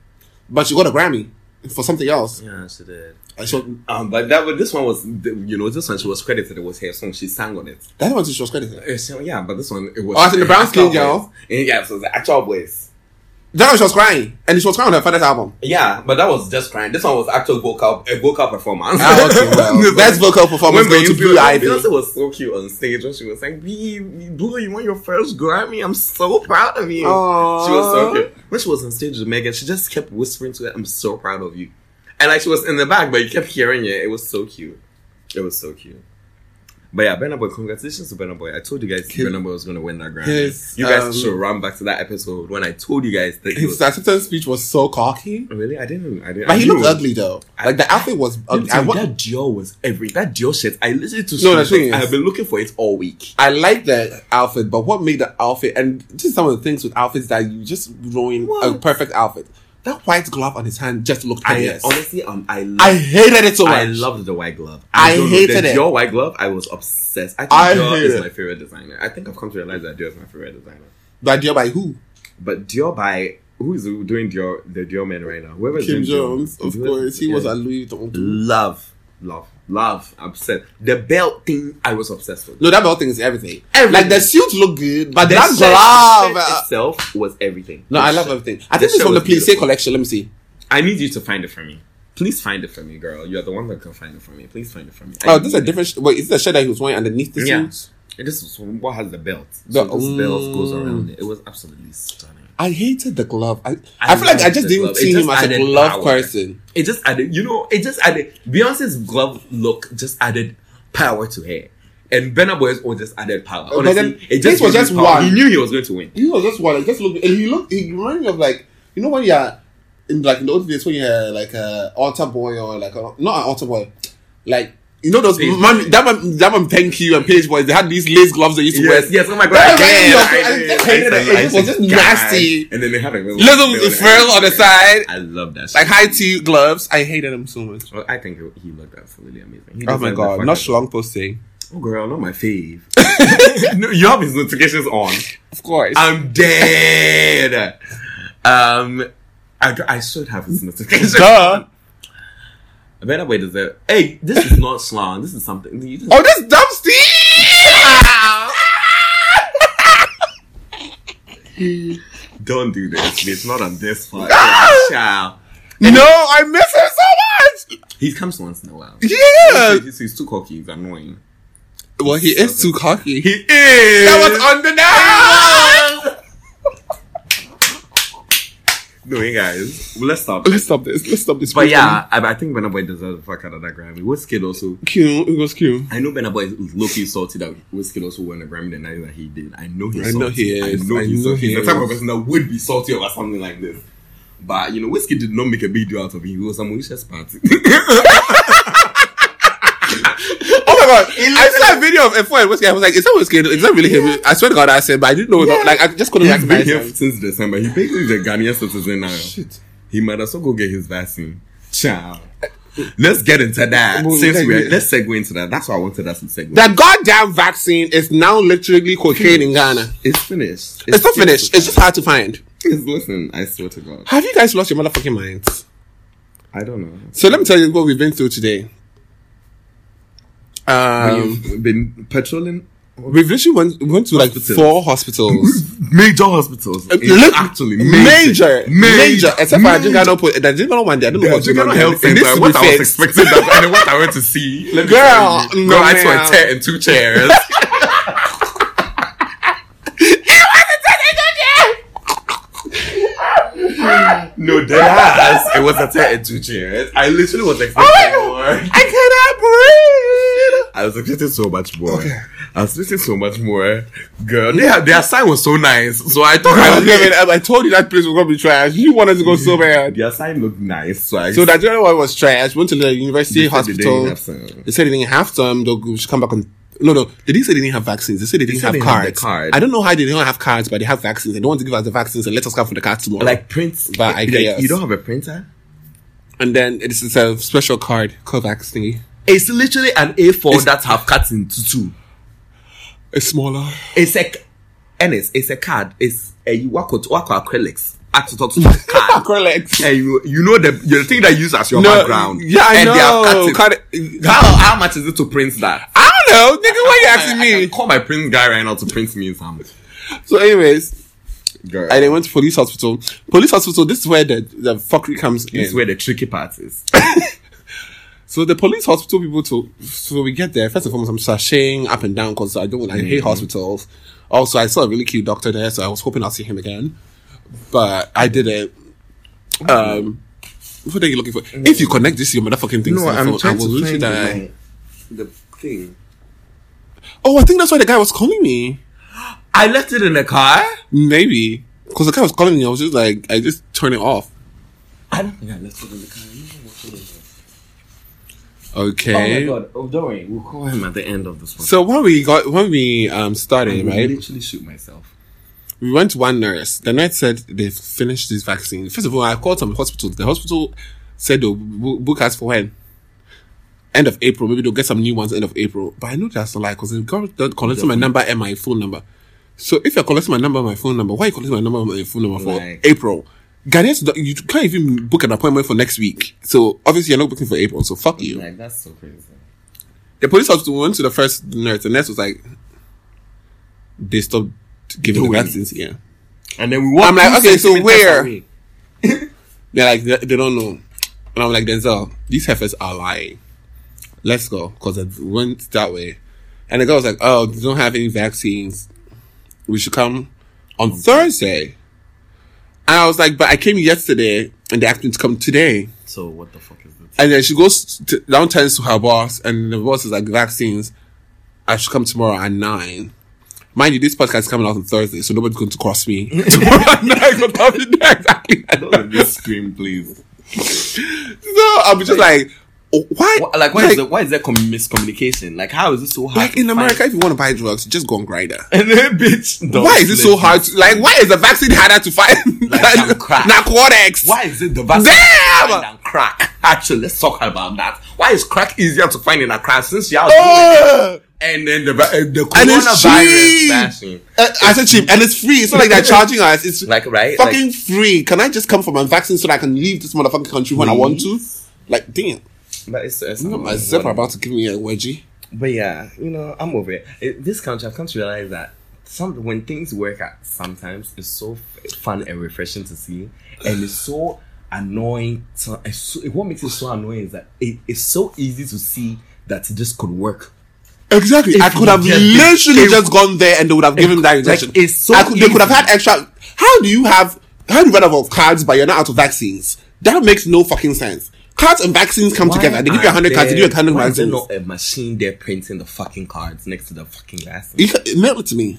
Speaker 5: but she got a Grammy for something else.
Speaker 4: Yeah, she did.
Speaker 5: And she was-
Speaker 4: Um, but that but this one was you know this one she was credited. It was her song. She sang on it.
Speaker 5: That's what she was credited.
Speaker 4: Uh, so, yeah, but this one it was.
Speaker 5: Oh, as in the brown skin
Speaker 4: actual
Speaker 5: girl?
Speaker 4: voice. And, yeah, so the actual voice.
Speaker 5: That's why she was crying, and she was crying on her father's album.
Speaker 4: Yeah, but that was just crying. This one was actual vocal a vocal performance.
Speaker 5: Ah, okay, well, best vocal performance
Speaker 4: When
Speaker 5: going to
Speaker 4: Beyonce-
Speaker 5: Blue Ivy.
Speaker 4: Beyonce was so cute on stage when she was like, "Bee, Blue, you won your first Grammy. I'm so proud of you."
Speaker 5: Aww.
Speaker 4: She was so cute. When she was on stage with Megan, she just kept whispering to her, "I'm so proud of you," and like she was in the back, but you kept hearing it. It was so cute. It was so cute. But yeah, Burna Boy, congratulations to Burna Boy. I told you guys Burna Boy was gonna win that Grammy.
Speaker 5: his,
Speaker 4: you guys
Speaker 5: um,
Speaker 4: should run back to that episode when I told you guys that he
Speaker 5: His
Speaker 4: was.
Speaker 5: acceptance speech was so cocky,
Speaker 4: Really, I didn't. I didn't.
Speaker 5: but
Speaker 4: I
Speaker 5: he
Speaker 4: knew
Speaker 5: looked
Speaker 4: it.
Speaker 5: ugly though. Like the outfit was ugly. I,
Speaker 4: Listen,
Speaker 5: wa-
Speaker 4: that Dior was every that Dior shit. I listened to
Speaker 5: No, the
Speaker 4: songs,
Speaker 5: thing
Speaker 4: I
Speaker 5: is-
Speaker 4: have been looking for it all week.
Speaker 5: I like the outfit, but what made the outfit and just some of the things with outfits that you just ruin a
Speaker 4: What?
Speaker 5: perfect outfit. That white glove on his hand just looked
Speaker 4: I
Speaker 5: hideous. I,
Speaker 4: honestly, um, I love,
Speaker 5: hated it so much.
Speaker 4: I loved the white glove.
Speaker 5: I
Speaker 4: don't know,
Speaker 5: hated
Speaker 4: the
Speaker 5: it.
Speaker 4: Dior white glove. I was obsessed. I think
Speaker 5: I
Speaker 4: Dior
Speaker 5: hate
Speaker 4: is
Speaker 5: it.
Speaker 4: my favorite designer. I think I've come to realize that Dior is my favorite designer.
Speaker 5: By Dior by who?
Speaker 4: But Dior by who is doing Dior the Dior man right now? Whoever is
Speaker 5: Kim
Speaker 4: doing
Speaker 5: Jones,
Speaker 4: Dior.
Speaker 5: of
Speaker 4: Whoever-
Speaker 5: course. He was a
Speaker 4: yeah.
Speaker 5: Louis Vuitton.
Speaker 4: love, love, love. Obsessed. The belt thing, I was obsessed with.
Speaker 5: No, that whole thing is everything.
Speaker 4: Everything.
Speaker 5: Like the suit looked good, but
Speaker 4: The
Speaker 5: that
Speaker 4: shirt-
Speaker 5: glove.
Speaker 4: the shirt
Speaker 5: uh,
Speaker 4: itself was everything.
Speaker 5: no,
Speaker 4: The
Speaker 5: I love
Speaker 4: shirt-
Speaker 5: everything. I think
Speaker 4: the
Speaker 5: it's from the
Speaker 4: shirt was
Speaker 5: Plissé
Speaker 4: beautiful.
Speaker 5: collection. Let me see.
Speaker 4: I need you to find it for me. Please find it for me, girl. You're the one that can find it for me. Please find it for me. I
Speaker 5: Oh, this is a
Speaker 4: need it.
Speaker 5: different. Sh- wait, is this a shirt that he was wearing underneath the
Speaker 4: Yeah.
Speaker 5: suit?
Speaker 4: And This is what has the belt.
Speaker 5: The-
Speaker 4: so this belt goes
Speaker 5: Mm.
Speaker 4: around it. It was absolutely stunning.
Speaker 5: I hated the glove. I, I,
Speaker 4: I
Speaker 5: feel like I
Speaker 4: loved
Speaker 5: just
Speaker 4: the
Speaker 5: didn't
Speaker 4: glove. It
Speaker 5: see
Speaker 4: just
Speaker 5: him as a
Speaker 4: added
Speaker 5: glove
Speaker 4: power.
Speaker 5: person.
Speaker 4: It just added, you know, it just added Beyonce's glove look just added power to her. And Burna Boy's all just added power.
Speaker 5: But
Speaker 4: Honestly,
Speaker 5: then
Speaker 4: it
Speaker 5: this
Speaker 4: just
Speaker 5: was
Speaker 4: gave him
Speaker 5: just
Speaker 4: power.
Speaker 5: one.
Speaker 4: He knew he was going to win.
Speaker 5: He was just one. Like, just look, and he looked. He reminded me of like you know when you're in like in the old days when you're like a altar boy or like a, not an altar boy, like you know those
Speaker 4: Page
Speaker 5: mummy that mom, that mom thank you and page boys. They had these lace gloves they used to
Speaker 4: Yes,
Speaker 5: wear.
Speaker 4: yes, oh my god.
Speaker 5: That
Speaker 4: I did,
Speaker 5: was-
Speaker 4: I
Speaker 5: I
Speaker 4: did,
Speaker 5: just
Speaker 4: I
Speaker 5: hated it.
Speaker 4: said- I
Speaker 5: It was
Speaker 4: said,
Speaker 5: just
Speaker 4: God.
Speaker 5: nasty.
Speaker 4: And then they had a little,
Speaker 5: Little frill on the side,
Speaker 4: I love that shit.
Speaker 5: like high tea gloves. I hated him so much.
Speaker 4: Well, I think he- he looked absolutely amazing. He
Speaker 5: Oh my
Speaker 4: deserved the
Speaker 5: god,
Speaker 4: fucking-
Speaker 5: not schlong posting.
Speaker 4: Oh, girl, not my fave. no, you have his notifications on.
Speaker 5: Of course.
Speaker 4: I'm dead. Um, I, I should have his notifications.
Speaker 5: Duh.
Speaker 4: I better wait is there. Hey, this is not slang. This is something. You just,
Speaker 5: Oh, this dumb Steve!
Speaker 4: Don't do this, bitch. Not on this part. Child.
Speaker 5: no, I miss him so much.
Speaker 4: He comes once in a while.
Speaker 5: Yeah.
Speaker 4: He's, he's too cocky. He's annoying.
Speaker 5: Well, he is too cocky.
Speaker 4: He is.
Speaker 5: that was undeniable.
Speaker 4: No, hey guys. Well, let's stop.
Speaker 5: Let's stop this. Let's stop this.
Speaker 4: But yeah, I, I think Benaboy deserves the fuck out of that Grammy. Wizkid also.
Speaker 5: Q. It was Q.
Speaker 4: I know Benaboy is low-key salty that Wizkid also won the Grammy the night that he did. I know he's
Speaker 5: I know
Speaker 4: salty.
Speaker 5: he is.
Speaker 4: I know
Speaker 5: I
Speaker 4: he's
Speaker 5: know
Speaker 4: salty.
Speaker 5: he
Speaker 4: He's the type
Speaker 5: is.
Speaker 4: of person that would be salty over something like this. But, you know, Wizkid did not make a big deal out of it. He was a Mauritius party.
Speaker 5: Oh my god! I saw a video of F1 and Whiskey. I was like, "Is that Whiskey? Is that really him?" I swear to God, I said, but I didn't know. Like, I just couldn't
Speaker 4: He's
Speaker 5: recognize
Speaker 4: been here
Speaker 5: him.
Speaker 4: since December. He basically is a Ghanaian citizen now.
Speaker 5: Shit.
Speaker 4: He might as well go get his vaccine. Ciao. Let's get into that.
Speaker 5: Well,
Speaker 4: Since
Speaker 5: yeah,
Speaker 4: we're,
Speaker 5: yeah.
Speaker 4: let's segue into that. That's why I wanted us to segue.
Speaker 5: That goddamn vaccine is now literally cocaine in Ghana.
Speaker 4: it's finished.
Speaker 5: It's not finished. It's just hard to find.
Speaker 4: It's, listen, I swear to God.
Speaker 5: Have you guys lost your motherfucking minds?
Speaker 4: I don't know.
Speaker 5: So let me tell you what we've been through today. Um,
Speaker 4: You've been patrolling
Speaker 5: we've literally went, went to like
Speaker 4: Hospitals.
Speaker 5: four hospitals.
Speaker 4: major hospitals. It's
Speaker 5: Look,
Speaker 4: actually
Speaker 5: major, major, Except for
Speaker 4: major.
Speaker 5: Ajingano, put the Ajingano one. there, I don't know
Speaker 4: Yeah,
Speaker 5: what's going
Speaker 4: Jigano
Speaker 5: on.
Speaker 4: Health
Speaker 5: It needs
Speaker 4: Center.
Speaker 5: to
Speaker 4: What
Speaker 5: be
Speaker 4: I was
Speaker 5: fixed.
Speaker 4: expecting that, and what I went to see. Let me
Speaker 5: Girl,
Speaker 4: tell you.
Speaker 5: no,
Speaker 4: girl, I saw
Speaker 5: ma'am.
Speaker 4: a chair and two chairs. No, dead ass. It was a chair and two chairs. I literally
Speaker 5: Oh
Speaker 4: was expecting more.
Speaker 5: I
Speaker 4: I was expecting so much more. I was expecting so much more. Girl, their, their sign was so nice. So I thought I
Speaker 5: cannot
Speaker 4: was
Speaker 5: breathe. I,
Speaker 4: giving
Speaker 5: was giving, I told you that place was gonna be trash. You wanted to go so bad.
Speaker 4: Their sign looked nice. So I
Speaker 5: So the Ajingano one was trash. Went to the university
Speaker 4: They said they
Speaker 5: hospital.
Speaker 4: didn't have some.
Speaker 5: They said they didn't have some. They'll go- should come back on No, no. They didn't say they didn't have vaccines. They said they didn't
Speaker 4: said
Speaker 5: have
Speaker 4: they had the
Speaker 5: cards.
Speaker 4: card.
Speaker 5: I don't know how they don't have cards, but they have vaccines. They don't want to give us the vaccines and let us come for the cards tomorrow.
Speaker 4: Like prints,
Speaker 5: But I
Speaker 4: like,
Speaker 5: guess.
Speaker 4: you don't have a printer.
Speaker 5: and then it's, it's a special card, Covax thingy.
Speaker 4: It's literally an A4 that have cut into two.
Speaker 5: It's smaller.
Speaker 4: It's a, and it's it's a card. It's a you work with work with acrylics. Act to talk to the card.
Speaker 5: Acrylics.
Speaker 4: And you you know the your thing that you use as your
Speaker 5: No,
Speaker 4: background.
Speaker 5: yeah, I
Speaker 4: and they have cut
Speaker 5: know.
Speaker 4: it.
Speaker 5: Cut it.
Speaker 4: How how much is it to print that?
Speaker 5: I don't know, nigga. Why you asking
Speaker 6: I
Speaker 5: me?
Speaker 6: can call my prince guy right now to print me some.
Speaker 5: So, anyways,
Speaker 6: Girl,
Speaker 5: and I went to police hospital. Police hospital. This is where the the fuckery comes in.
Speaker 4: This is where the tricky part is.
Speaker 5: So the police hospital people to so we get there. First and foremost, I'm sashaying up and down because I don't I hate hospitals. Also, I saw a really cute doctor there, so I was hoping I'll see him again, but I didn't. Um, what are you looking for? If you connect this, to your motherfucking thing.
Speaker 4: No,
Speaker 5: your
Speaker 4: I'm
Speaker 5: phone,
Speaker 4: trying to
Speaker 5: literally
Speaker 4: find
Speaker 5: die.
Speaker 4: the, the thing.
Speaker 5: Oh, I think that's why the guy was calling me.
Speaker 4: I left it in the car.
Speaker 5: Maybe because the guy was calling me, I was just like, I just turned it off.
Speaker 4: I don't think I left it in the car. I don't know what's in it.
Speaker 5: Okay.
Speaker 4: Oh my god! Oh, don't worry. We'll call him at the end of this one.
Speaker 5: so when we got when we um started,
Speaker 4: I
Speaker 5: right?
Speaker 4: literally shoot myself.
Speaker 5: we went to one nurse. The nurse said they've finished this vaccine. First of all, I called some hospitals. The hospital said they'll bo- book us for when? End of April. Maybe they'll get some new ones end of April. But I know that's a lie because they're collecting my number and my phone number. So if you're collecting my number and my phone number, why are you collecting my number and my phone number for
Speaker 4: Like-
Speaker 5: April? Ghanaians, don't- you can't even book an appointment for next week. So obviously you're not booking for April. So fuck you.
Speaker 4: Like that's so crazy.
Speaker 5: The police officer went to the first nurse. The nurse was like, they stopped giving the
Speaker 4: Doing it.
Speaker 5: vaccines. Yeah.
Speaker 4: And then we walk.
Speaker 5: I'm like,
Speaker 4: two
Speaker 5: okay, so
Speaker 4: centimeters
Speaker 5: where?
Speaker 4: away.
Speaker 5: They're like, they, they don't know. And I'm like, Denzel, these heifers are lying. Let's go. Because it went that way. And the girl was like, oh, they don't have any vaccines. We should come on Thursday. And I was like, but I came yesterday and they asked me to come today.
Speaker 4: So what the fuck is this?
Speaker 5: And then she goes to, down turns to her boss, and the boss is like, "Vaccines, I should come tomorrow at 9. Mind you, this podcast is coming out on Thursday, so nobody's going to cross me tomorrow at nine. but I'll be there exactly at
Speaker 6: don't let
Speaker 5: nine.
Speaker 6: me scream, please.
Speaker 5: So I'll be just like, oh, why?
Speaker 4: Wha- like why is there, why is there com- miscommunication? Like how is it so hard?
Speaker 5: like in America, if you want to buy drugs, just go on Grinder.
Speaker 4: and then bitch, don't
Speaker 5: Why is it so
Speaker 4: listen.
Speaker 5: hard? To, like, why is the vaccine harder to find?
Speaker 4: Like some crack.
Speaker 5: Narcotics.
Speaker 4: Why is it the best
Speaker 5: Damn!
Speaker 4: than crack? Actually, let's talk about that. Why is crack easier to find in Accra since y'all
Speaker 5: Ugh.
Speaker 4: and then the, uh, the
Speaker 5: Oh! And it's
Speaker 4: coronavirus
Speaker 5: cheap.
Speaker 4: fashion.
Speaker 5: Uh, I said cheap, and it's free. It's not like they're charging us. It's
Speaker 4: Like right?
Speaker 5: fucking free. Can I just come for my vaccine so that I can leave this motherfucking country when I want to? Like, damn.
Speaker 4: like, but it's, it's
Speaker 5: You know, my zipper about to give me a wedgie.
Speaker 4: But yeah, you know, I'm over it. it this country, I've come to realize that some when things work out, sometimes it's so f- fun and refreshing to see, and it's so annoying. To, it's so, what makes it so annoying is that it, it's so easy to see that this could work.
Speaker 5: Exactly. I
Speaker 4: If
Speaker 5: could
Speaker 4: you
Speaker 5: have
Speaker 4: get the-
Speaker 5: literally
Speaker 4: if-
Speaker 5: just gone there and they would have given that injection.
Speaker 4: it's so
Speaker 5: I could, they could have
Speaker 4: easy.
Speaker 5: had extra. How do you have? How do you run out of cards but you're not out of vaccines? That makes no fucking sense. Cards and vaccines come together. They give you
Speaker 4: aren't
Speaker 5: hundred cards. They
Speaker 4: there-
Speaker 5: give you hundred
Speaker 4: why is there
Speaker 5: vaccines.
Speaker 4: not a machine there printing the fucking cards next to the fucking glass?
Speaker 5: You can, mail it to me.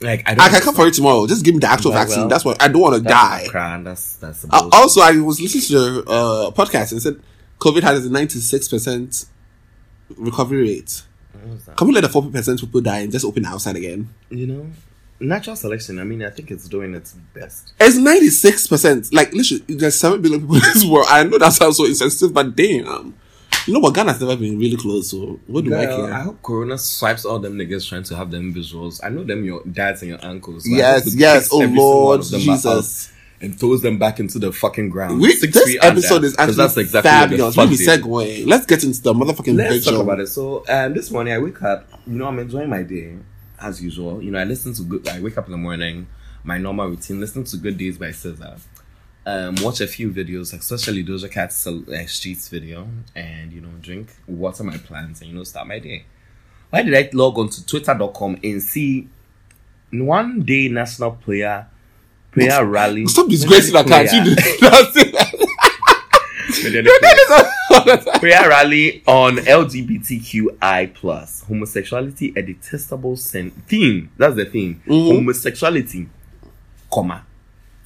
Speaker 4: Like I don't.
Speaker 5: I can come for it tomorrow. Just give me the actual
Speaker 4: Well,
Speaker 5: vaccine.
Speaker 4: well,
Speaker 5: That's what I don't want to die.
Speaker 4: Crying. That's that's. the
Speaker 5: Uh,
Speaker 4: bullshit.
Speaker 5: also, I was listening to your uh, podcast and said COVID has a 96% recovery rate. Can we let the 40% people die and just open outside again?
Speaker 4: you know, natural selection. I mean, I think it's doing its best.
Speaker 5: It's 96%. Like, literally, there's 7 billion people in this world. I know that sounds so insensitive, but damn. You know what? Ghana's never been really close, so what do I
Speaker 4: Girl,
Speaker 5: care?
Speaker 4: I hope Corona swipes all them niggas trying to have them visuals. I know them your dads and your uncles. so I
Speaker 5: Yes,
Speaker 4: hope it
Speaker 5: yes.
Speaker 4: picks
Speaker 5: Oh,
Speaker 4: every single one
Speaker 5: Lord
Speaker 4: of them back up
Speaker 5: Jesus.
Speaker 4: And throws them back into the fucking ground.
Speaker 5: we,
Speaker 4: Six
Speaker 5: this
Speaker 4: feet under,
Speaker 5: episode is
Speaker 4: 'cause
Speaker 5: actually
Speaker 4: that's exactly what the
Speaker 5: fabulous.
Speaker 4: fuck
Speaker 5: Let me
Speaker 4: they do.
Speaker 5: segue. Let's get into the motherfucking
Speaker 4: Let's talk
Speaker 5: vigil.
Speaker 4: about it. So um, this morning I wake up. You know, I'm enjoying my day as usual. You know, I listen to good. I wake up in the morning, my normal routine. Listen to Good Days by SZA. Um, watch a few videos, especially Doja Cat's uh, Streets video, and you know, drink, water my plants, and you know, start my day. Why did I log on to Twitter.com and see one day national player prayer rally?
Speaker 5: Stop disgracing our cards. You do that's it.
Speaker 4: prayer rally on LGBTQI plus homosexuality a detestable sin theme. That's the theme.
Speaker 5: Mm-hmm.
Speaker 4: Homosexuality, comma,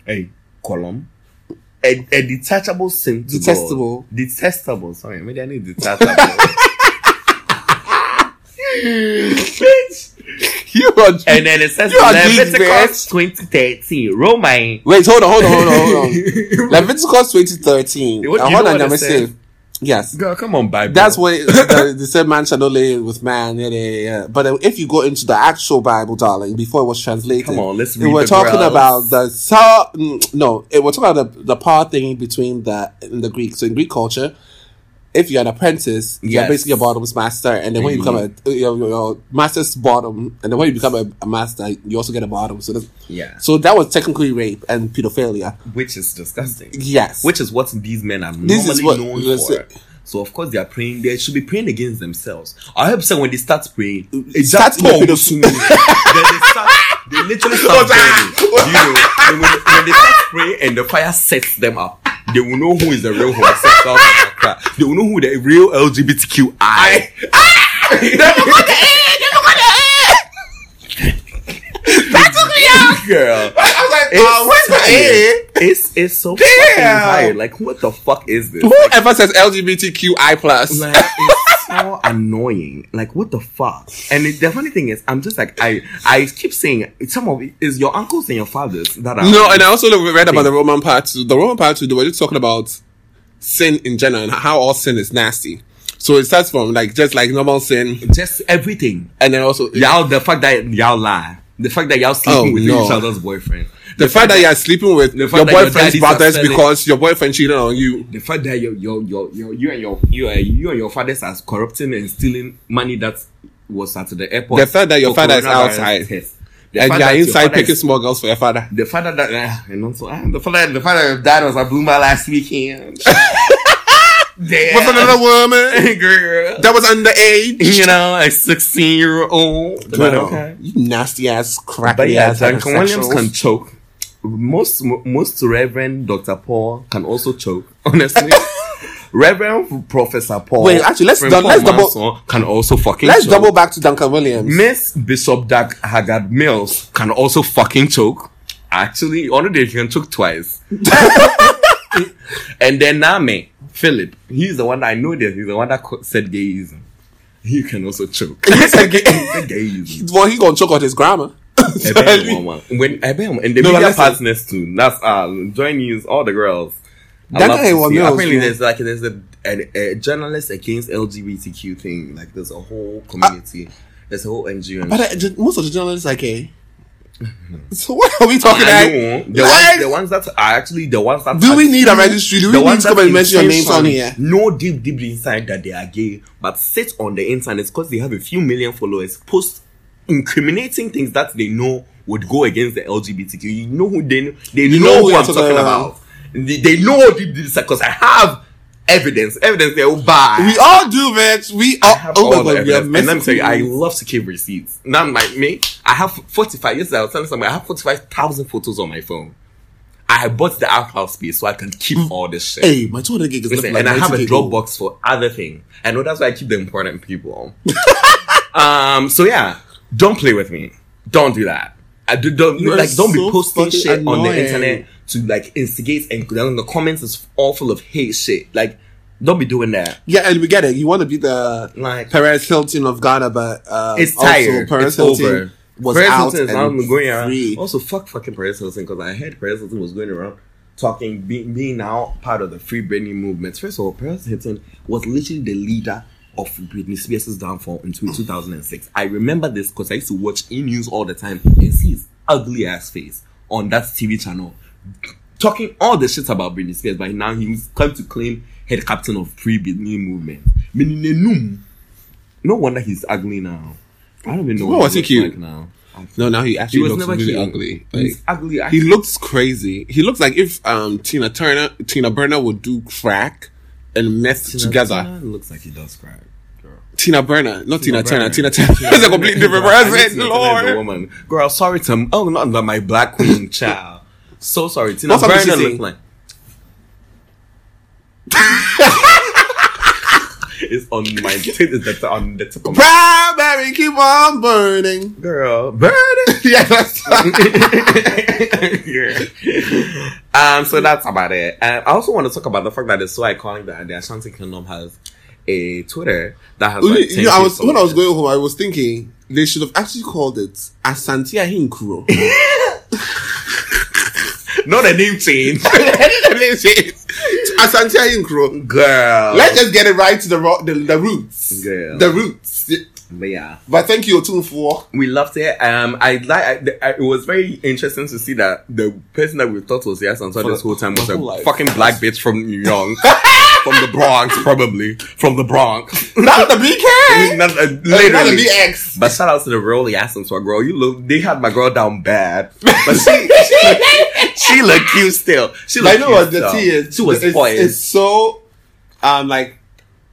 Speaker 4: a column, a, a detachable sin. to God.
Speaker 5: Detestable.
Speaker 4: Detestable. Sorry, maybe I need detachable.
Speaker 5: You are.
Speaker 4: And then it says
Speaker 5: You are
Speaker 4: Leviticus 2013. Roll my.
Speaker 5: Wait, hold on, hold on, hold on, hold on. Leviticus 2013.
Speaker 4: What- you
Speaker 5: I
Speaker 4: know
Speaker 5: want
Speaker 4: what it
Speaker 5: number
Speaker 4: says?
Speaker 5: six. Yes.
Speaker 4: Girl, come on, Bible.
Speaker 5: That's what it, the, they said man shall not lay with man. Yeah, yeah, yeah. But uh, if you go into the actual Bible, darling, before it was translated,
Speaker 4: Come on, let's
Speaker 5: we
Speaker 4: read
Speaker 5: were
Speaker 4: the
Speaker 5: talking
Speaker 4: growls.
Speaker 5: about the so, mm, no, it, we're talking about the, the par thing between the in the Greek. So in Greek culture, if you're an apprentice, you're
Speaker 4: Yes. Mm-hmm.
Speaker 5: basically a bottom's master, and then when you become a your, your, your master's bottom, and then when you become a, a master, you also get a bottom. So that's,
Speaker 4: Yeah.
Speaker 5: So that was technically rape and pedophilia.
Speaker 4: Which is disgusting.
Speaker 5: Yes.
Speaker 4: Which is what these men are
Speaker 5: This
Speaker 4: normally
Speaker 5: is what-
Speaker 4: known
Speaker 5: let's
Speaker 4: for.
Speaker 5: say-
Speaker 4: So of course they are praying. They should be praying against themselves. I hope so. When they start praying,
Speaker 5: Start
Speaker 4: then
Speaker 5: with
Speaker 4: they
Speaker 5: the-
Speaker 4: start. They literally start burning. You know, and when, when they start praying and the fire sets them up, they will know who is the real homosexual. in Accra. they will know who the real LGBTQI. Girl,
Speaker 1: I was like,
Speaker 4: it's,
Speaker 5: Ah, um,
Speaker 1: uh, where's my
Speaker 4: serious. it's it's so fucking tired. Like, what the fuck is this?
Speaker 5: Whoever says LGBTQI plus,
Speaker 4: Like it's so annoying. Like what the fuck? And it, the funny thing is, I'm just like I I keep saying some of it is your uncles and your fathers that are
Speaker 5: No, and I also read about the Roman part two. The Roman part two, they were just talking about sin in general and how all sin is nasty. So it starts from like just like normal sin,
Speaker 4: just everything.
Speaker 5: and then also
Speaker 4: Y'all the fact that y'all lie, the fact that y'all sleeping
Speaker 5: Oh,
Speaker 4: with
Speaker 5: no.
Speaker 4: each other's boyfriend,
Speaker 5: the, fact that you're sleeping with
Speaker 4: the
Speaker 5: your
Speaker 4: fact that your
Speaker 5: boyfriend's
Speaker 4: daddies are
Speaker 5: brothers
Speaker 4: selling-
Speaker 5: because your boyfriend cheated on you.
Speaker 4: the fact that your your your your you and your you and, you and your fathers are corrupting and stealing money that was at the airport.
Speaker 5: The fact that your
Speaker 4: for
Speaker 5: father is
Speaker 4: coronavirus
Speaker 5: outside.
Speaker 4: test. The
Speaker 5: And
Speaker 4: fact
Speaker 5: you're
Speaker 4: that your
Speaker 5: inside
Speaker 4: father
Speaker 5: picking
Speaker 4: is-
Speaker 5: small girls for your father.
Speaker 4: The father that uh, and also ah, the father the father died was a bloomer last weekend. Damn.
Speaker 5: What's another woman
Speaker 4: girl.
Speaker 5: that was underage?
Speaker 4: You know, a 16 year old. But okay.
Speaker 5: You nasty ass, crappy
Speaker 4: But yeah,
Speaker 5: ass.
Speaker 4: Duncan Williams
Speaker 5: heterosexuals.
Speaker 4: can choke. Most most Reverend Dr. Paul can also choke, honestly. Reverend Professor Paul.
Speaker 5: Wait, actually, let's
Speaker 4: from
Speaker 5: dou-
Speaker 4: Paul
Speaker 5: let's double-
Speaker 4: Manson Can also fucking
Speaker 5: Let's
Speaker 4: choke.
Speaker 5: double back to Duncan Williams.
Speaker 4: Miss Bishop Dag Haggard Mills can also fucking choke. Actually, on a day she can choke twice. and then Name, Philip, he's the one that I know this, he's the one that co- said gayism. He can also choke. he said gayism.
Speaker 5: Well, he gonna choke on his grammar.
Speaker 4: Ebem Mama. when Ebem and the
Speaker 5: No, but
Speaker 4: media
Speaker 5: listen.
Speaker 4: partners too. That's uh join news, all the girls. I
Speaker 5: That
Speaker 4: love
Speaker 5: guy
Speaker 4: to
Speaker 5: was
Speaker 4: see.
Speaker 5: Mills,
Speaker 4: Apparently
Speaker 5: man.
Speaker 4: there's like there's a, a, a journalist against LGBTQ thing. Like there's a whole community. there's a whole NGO and
Speaker 5: Uh, But uh, ju- most of the journalists are gay. So what are we talking
Speaker 4: I
Speaker 5: about?
Speaker 4: know. The,
Speaker 5: Like-
Speaker 4: ones, the ones that are actually the ones that
Speaker 5: Do
Speaker 4: are-
Speaker 5: we need a registry? Do we need to
Speaker 4: that
Speaker 5: come and mention your names on
Speaker 4: intentionally
Speaker 5: here?
Speaker 4: Know deep, deep inside that they are gay, but sit on the internet because they have a few million followers, post incriminating things that they know would go against the LGBTQ. You know who they know, they know,
Speaker 5: know who
Speaker 4: who
Speaker 5: you're
Speaker 4: I'm
Speaker 5: talking
Speaker 4: talking about. They, they know deep, deep because I have evidence, evidence they will buy.
Speaker 5: We all do, bitch. We all.
Speaker 4: have
Speaker 5: oh
Speaker 4: all
Speaker 5: my
Speaker 4: the
Speaker 5: god, we are
Speaker 4: evidence. And let me tell
Speaker 5: messing.
Speaker 4: you, I love to keep receipts. Now I'm like, me, I have 45, yesterday I was telling somebody, I have 45,000 photos on my phone. I bought the archive space so I can keep all this shit.
Speaker 5: Mm. Hey, my 200 gig is looking
Speaker 4: Listen,
Speaker 5: like
Speaker 4: and I have a
Speaker 5: 90 gig old.
Speaker 4: Dropbox for other things. I know that's why I keep the important people. um, so yeah, don't play with me. Don't do that. I do, don't
Speaker 5: You are
Speaker 4: like. Don't
Speaker 5: so
Speaker 4: be posting
Speaker 5: fucking
Speaker 4: shit on
Speaker 5: annoying.
Speaker 4: the internet to like instigate and then the comments is all full of hate shit. Like, don't be doing that.
Speaker 5: Yeah, and we get it. You want to be the
Speaker 4: Like-
Speaker 5: Perez Hilton of Ghana, but uh,
Speaker 4: It's
Speaker 5: also
Speaker 4: tired.
Speaker 5: Perez
Speaker 4: it's
Speaker 5: Hilton
Speaker 4: over.
Speaker 5: was
Speaker 4: Perez
Speaker 5: out
Speaker 4: Hilton is out Oh.
Speaker 5: and
Speaker 4: and going around.
Speaker 5: free.
Speaker 4: Also, fuck fucking Perez Hilton because I heard Perez Hilton was going around talking, being, being now part of the Free Britney movement. First of all, Perez Hilton was literally the leader of Britney Spears' downfall in 2006. I remember this because I used to watch E! News all the time and see his ugly ass face on that TV channel talking all the shit about Britney Spears, but now he's come to claim head captain of Free Britney movement. Meaning, Nenum. no wonder he's ugly now. I don't even know
Speaker 5: Well, was he
Speaker 4: looks
Speaker 5: cute?
Speaker 4: like now.
Speaker 5: No, now he actually
Speaker 4: He was
Speaker 5: looks
Speaker 4: never
Speaker 5: really
Speaker 4: cute.
Speaker 5: ugly.
Speaker 4: He's
Speaker 5: Like,
Speaker 4: ugly. I,
Speaker 5: he looks crazy. He looks like if um Tina Turner, Tina Burner would do crack and meth together.
Speaker 4: Tina looks like he does crack.
Speaker 5: Tina Burner, not Tina, Turner. Tina Turner is a completely different person.
Speaker 4: a
Speaker 5: Lord,
Speaker 4: woman. Girl, sorry to oh not that my black queen child. So sorry, Tina
Speaker 5: What song did she
Speaker 4: Burner
Speaker 5: sing?
Speaker 4: look like. it's on my tip. It's on the tip of my
Speaker 5: Primary keep on burning.
Speaker 4: girl. Burning.
Speaker 5: Yeah, that's
Speaker 4: Um, so that's about it. And I also want to talk about the fact that it's so iconic that the Ashanti Kingdom has a Twitter that has
Speaker 5: Only-
Speaker 4: like 10
Speaker 5: you know, I was
Speaker 4: people
Speaker 5: when I was
Speaker 4: on it.
Speaker 5: going home, I was thinking they should have actually called it Asantia Hinkuro.
Speaker 4: not a name change,
Speaker 5: Asantia Hinkuro.
Speaker 4: girl.
Speaker 5: Let's just get it right to the ro- the, the roots.
Speaker 4: Girl.
Speaker 5: The roots.
Speaker 4: but yeah,
Speaker 5: But thank you, Otun, for
Speaker 4: we loved it. Um, I like. I, the- I, it was very interesting to see that the person that we thought was yes until this whole time was a
Speaker 5: whole life.
Speaker 4: fucking black bitch from New York, from the Bronx, probably from the Bronx.
Speaker 5: not the BK.
Speaker 4: Not- uh,
Speaker 5: Not the
Speaker 4: literally.
Speaker 5: BX.
Speaker 4: But shout out to the real Yasin to a girl. You look, they had my girl down bad, but she she looked cute still. She
Speaker 5: But you know
Speaker 4: looked cute
Speaker 5: what the
Speaker 4: still.
Speaker 5: tea is?
Speaker 4: She was
Speaker 5: it's,
Speaker 4: poised.
Speaker 5: it's so um like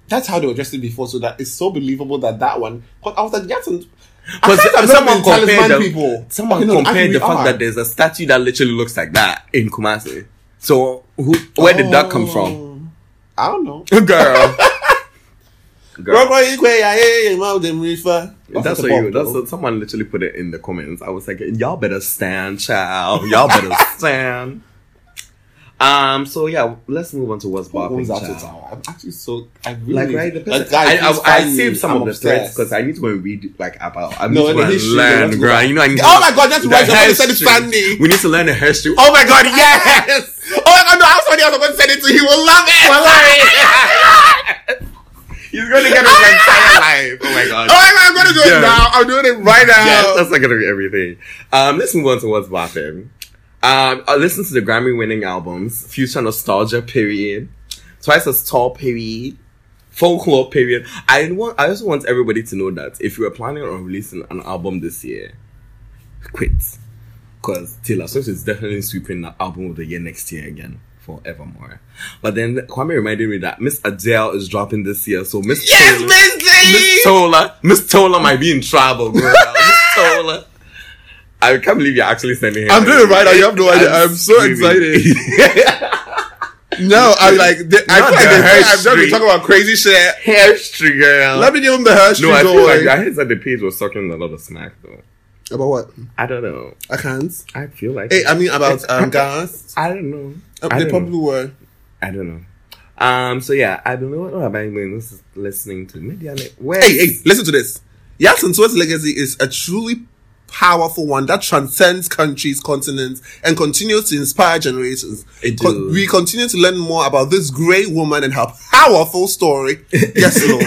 Speaker 5: that's how they were dressed before, so that it's so believable that that one. Because I was like, yes, and- I
Speaker 4: Because
Speaker 5: can't have not
Speaker 4: someone
Speaker 5: been
Speaker 4: compared
Speaker 5: talisman
Speaker 4: the,
Speaker 5: people.
Speaker 4: someone
Speaker 5: Okay, no,
Speaker 4: compared
Speaker 5: actually,
Speaker 4: the fact
Speaker 5: we are.
Speaker 4: that there's a statue that literally looks like that in Kumasi. So who, where did that come from,
Speaker 5: oh. I don't know.
Speaker 4: girl? girl.
Speaker 5: That's
Speaker 4: That's what you. That's what someone literally put it in the comments. I was like, y'all better stand, child. Y'all better stand. Um. So yeah, let's move on to what's bopping, child.
Speaker 5: I'm actually so. I really
Speaker 4: Like right, the person,
Speaker 5: Like, guys, please
Speaker 4: I, I, I
Speaker 5: find me.
Speaker 4: saved some
Speaker 5: I'm
Speaker 4: of the
Speaker 5: obsessed.
Speaker 4: threads because I need to go and read like about. I need
Speaker 5: No,
Speaker 4: to
Speaker 5: the
Speaker 4: go and
Speaker 5: history,
Speaker 4: learn,
Speaker 5: let's go
Speaker 4: girl.
Speaker 5: back.
Speaker 4: You know, I need to-
Speaker 5: Oh my god, that's
Speaker 4: the
Speaker 5: right. Somebody said it's
Speaker 4: history.
Speaker 5: funny.
Speaker 4: We need to learn the history.
Speaker 5: Oh my god, yes! Oh my god, no, I have somebody else I'm going to send it to. He will love it.
Speaker 4: He's going to get us like entire life. Oh my god.
Speaker 5: Oh my god, I'm going to do it
Speaker 4: Yes.
Speaker 5: now. I'm doing it right now.
Speaker 4: Yes, that's not going to be everything. Um, let's move on to what's bopping. Um, I listened to the Grammy winning albums, Future Nostalgia period, Twice as Tall period, Folklore period. I want, I also want everybody to know that if you are planning on releasing an album this year, quit. Cause Taylor Swift is definitely sweeping the album of the year next year again. Forevermore, but then Kwame reminded me that Miss Adele is dropping this year, so Miss Taylor- Miss Tola. Miss Tola might be in trouble, girl. Miss Tola. I can't believe you're actually sending him.
Speaker 5: I'm doing it right now. You have no idea. I'm, so
Speaker 4: screaming.
Speaker 5: excited. no, I'm like, the, I
Speaker 4: Not
Speaker 5: feel like
Speaker 4: the
Speaker 5: this, I'm just
Speaker 4: history.
Speaker 5: been talking about crazy shit.
Speaker 4: History, girl.
Speaker 5: Let me give him the Hershey
Speaker 4: no, I feel like
Speaker 5: going.
Speaker 4: I heard that the page was talking a lot of smack though.
Speaker 5: about what?
Speaker 4: I don't know.
Speaker 5: I can't.
Speaker 4: I feel like
Speaker 5: Hey, I mean about um, gas.
Speaker 4: I don't know.
Speaker 5: Um,
Speaker 4: I
Speaker 5: they
Speaker 4: don't
Speaker 5: probably
Speaker 4: know.
Speaker 5: were.
Speaker 4: I don't know. Um. So yeah, I don't know what have I been lis- listening to. Media Net- Where?
Speaker 5: Hey, hey, listen to this. Yasin Tua's legacy is a truly powerful one that transcends countries, continents, and continues to inspire generations.
Speaker 4: It
Speaker 5: Con-
Speaker 4: do.
Speaker 5: we continue to learn more about this great woman and her powerful story. Yes, Lord.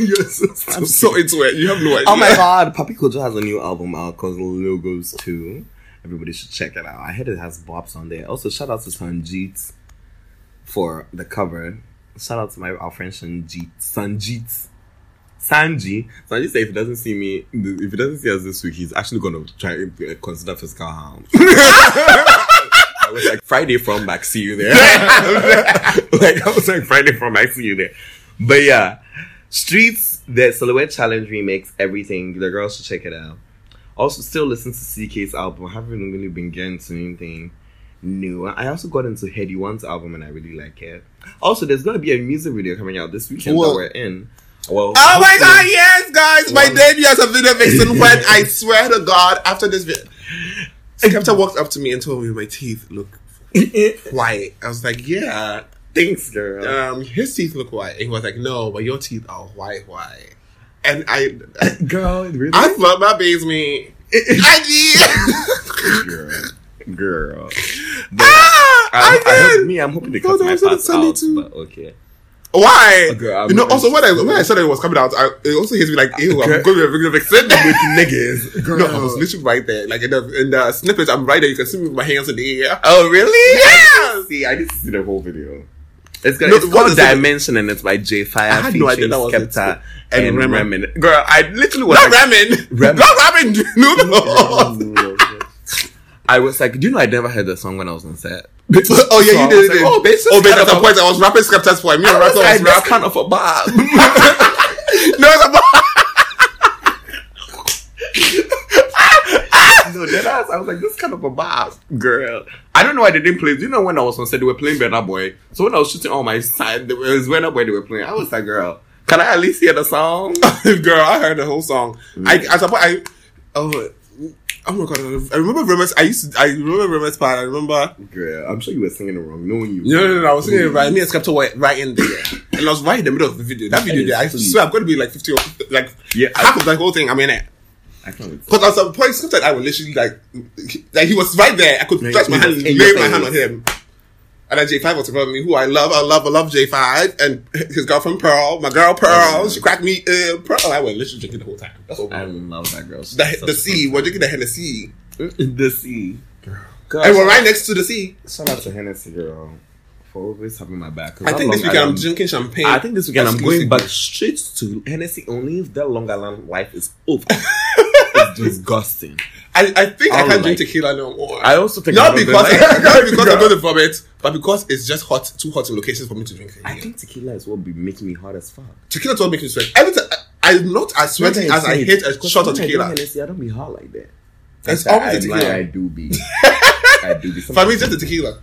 Speaker 4: yes.
Speaker 5: I'm so into it. You have no idea.
Speaker 4: Oh my god, Papi Kojo has a new album out called Logos 2. Everybody should check it out. I heard it has bops on there. Also, shout out to Sanjeet for the cover. Shout out to my our friend Sanjeet. Sanjeet. Sanji. Sanji said if he doesn't see me, if he doesn't see us this week, he's actually going to try uh, consider physical harm. I was like, Friday from back, see you there. like, I was like, Friday from back, see you there. But yeah, Streets, the Silhouette Challenge remix, everything. The girls should check it out. Also, still listen to CK's album. I haven't really been getting to anything new. I also got into Heady One's album and I really like it. Also, there's going to be a music video coming out this weekend
Speaker 5: Well-
Speaker 4: that we're in. Well,
Speaker 5: Oh my
Speaker 4: hopefully-
Speaker 5: god, yes, guys! My debut as a video vixen when I swear to God, after this video, Skepta walked up to me and told me my teeth look white. I was like, yeah,
Speaker 4: Thanks, girl.
Speaker 5: um, his teeth look white. And he was like, no, but your teeth are white, white. And I,
Speaker 4: girl, really?
Speaker 5: I love my basement. I did.
Speaker 4: girl. Girl.
Speaker 5: ah,
Speaker 4: I'm, I
Speaker 5: I
Speaker 4: hope,
Speaker 5: did.
Speaker 4: me, I'm hoping they
Speaker 5: Oh,
Speaker 4: cut
Speaker 5: that
Speaker 4: my
Speaker 5: was on
Speaker 4: parts
Speaker 5: Sunday
Speaker 4: out,
Speaker 5: too.
Speaker 4: but okay.
Speaker 5: Why?
Speaker 4: Girl, I'm
Speaker 5: you know,
Speaker 4: not-
Speaker 5: also when I when I saw that it was coming out, I, it also hits me like, ew, I'm
Speaker 4: Girl.
Speaker 5: going to be a video vixen.
Speaker 4: niggas.
Speaker 5: No, I was literally right there. Like in the, in the snippets, I'm right there. You can see me with my hands in the air.
Speaker 4: Oh, really?
Speaker 5: Yes!
Speaker 4: See, I need to see the whole video. It's, gonna,
Speaker 5: No,
Speaker 4: it's
Speaker 5: what
Speaker 4: called
Speaker 5: is it?
Speaker 4: Dimension and it's by J Fire
Speaker 5: I had
Speaker 4: featuring
Speaker 5: no idea that was it.
Speaker 4: Skepta
Speaker 5: And
Speaker 4: and,
Speaker 5: Remen.
Speaker 4: Remen. Girl, I literally was
Speaker 5: Not
Speaker 4: like,
Speaker 5: ramen.
Speaker 4: Ramen.
Speaker 5: Not Oh, ramen
Speaker 4: Oh,
Speaker 5: noodles.
Speaker 4: I was like, do you know I never heard the song when I was on set?
Speaker 5: oh yeah, you
Speaker 4: So I was
Speaker 5: did it.
Speaker 4: like, oh, babe, this
Speaker 5: oh, babe,
Speaker 4: kind
Speaker 5: that's
Speaker 4: of
Speaker 5: a point. I was rapping Skepta's point. Me and Rapper
Speaker 4: I
Speaker 5: was
Speaker 4: just
Speaker 5: rapping.
Speaker 4: kind of a bob.
Speaker 5: No, it's about
Speaker 4: no, dead ass. I was like, this kind of a vibe, girl. I don't know why they didn't play. Do you know when I was on set, they were playing Better Boy. So when I was shooting on my side, it was Better Boy they were playing. I was like, girl, can I at least hear the song?
Speaker 5: girl. I heard the whole song. I, I suppose I. Oh, Oh my god! I remember Remus. I used to. I remember Remus part. I remember.
Speaker 7: Girl, I'm sure you were singing it wrong, knowing you.
Speaker 5: No, no, no. I was singing it right. Me and Skepta were right in there, and I was right in the middle of the video. That video there. I swear, I've got to be like fifty, or, like
Speaker 7: Yeah, I-
Speaker 5: half of that whole thing. I'm in it.
Speaker 7: I can't wait.
Speaker 5: Because at some point, Skepta and I were literally like, like he was right there. I could
Speaker 7: Yeah,
Speaker 5: touch
Speaker 7: he
Speaker 5: my hand,
Speaker 7: was
Speaker 5: and
Speaker 7: in
Speaker 5: lay
Speaker 7: your
Speaker 5: my hand
Speaker 7: face.
Speaker 5: on him. And then J Five was in front of me, who I love, I love, I love J Five, and his girlfriend Pearl, my girl Pearl. She cracked me, uh, Pearl. I was literally drinking the whole time. That's what
Speaker 7: I love that girl. She's
Speaker 5: the,
Speaker 7: such
Speaker 5: the
Speaker 7: a
Speaker 5: sea. We're drinking the Hennessy,
Speaker 7: the sea.
Speaker 5: and we're right next to the sea.
Speaker 7: Shout out to Hennessy girl for always having my back. 'Cause
Speaker 5: I
Speaker 7: that
Speaker 5: think this
Speaker 7: Long
Speaker 5: weekend I'm
Speaker 7: Island-
Speaker 5: drinking champagne.
Speaker 7: I think this weekend I'm going
Speaker 5: Exclusive.
Speaker 7: back straight to Hennessy only if that Long Island life is over. it's disgusting.
Speaker 5: I, I think I,
Speaker 7: I
Speaker 5: can't
Speaker 7: don't
Speaker 5: drink
Speaker 7: like-
Speaker 5: tequila no more.
Speaker 7: I also think
Speaker 5: not
Speaker 7: I don't
Speaker 5: because
Speaker 7: like-
Speaker 5: not because I'm going to vomit, but because it's just hot, too hot in locations for me to drink.
Speaker 7: I think tequila is what be making me hot as fuck.
Speaker 5: tequila is what makes me sweat. Every time I, I'm not as sweaty as I hate a
Speaker 7: Because
Speaker 5: shot of
Speaker 7: when I do
Speaker 5: tequila.
Speaker 7: Hennessy, I don't be hot like that.
Speaker 5: It's
Speaker 7: Like,
Speaker 5: always the
Speaker 7: I,
Speaker 5: tequila.
Speaker 7: I do be. I do be.
Speaker 5: For me, it's just the tequila.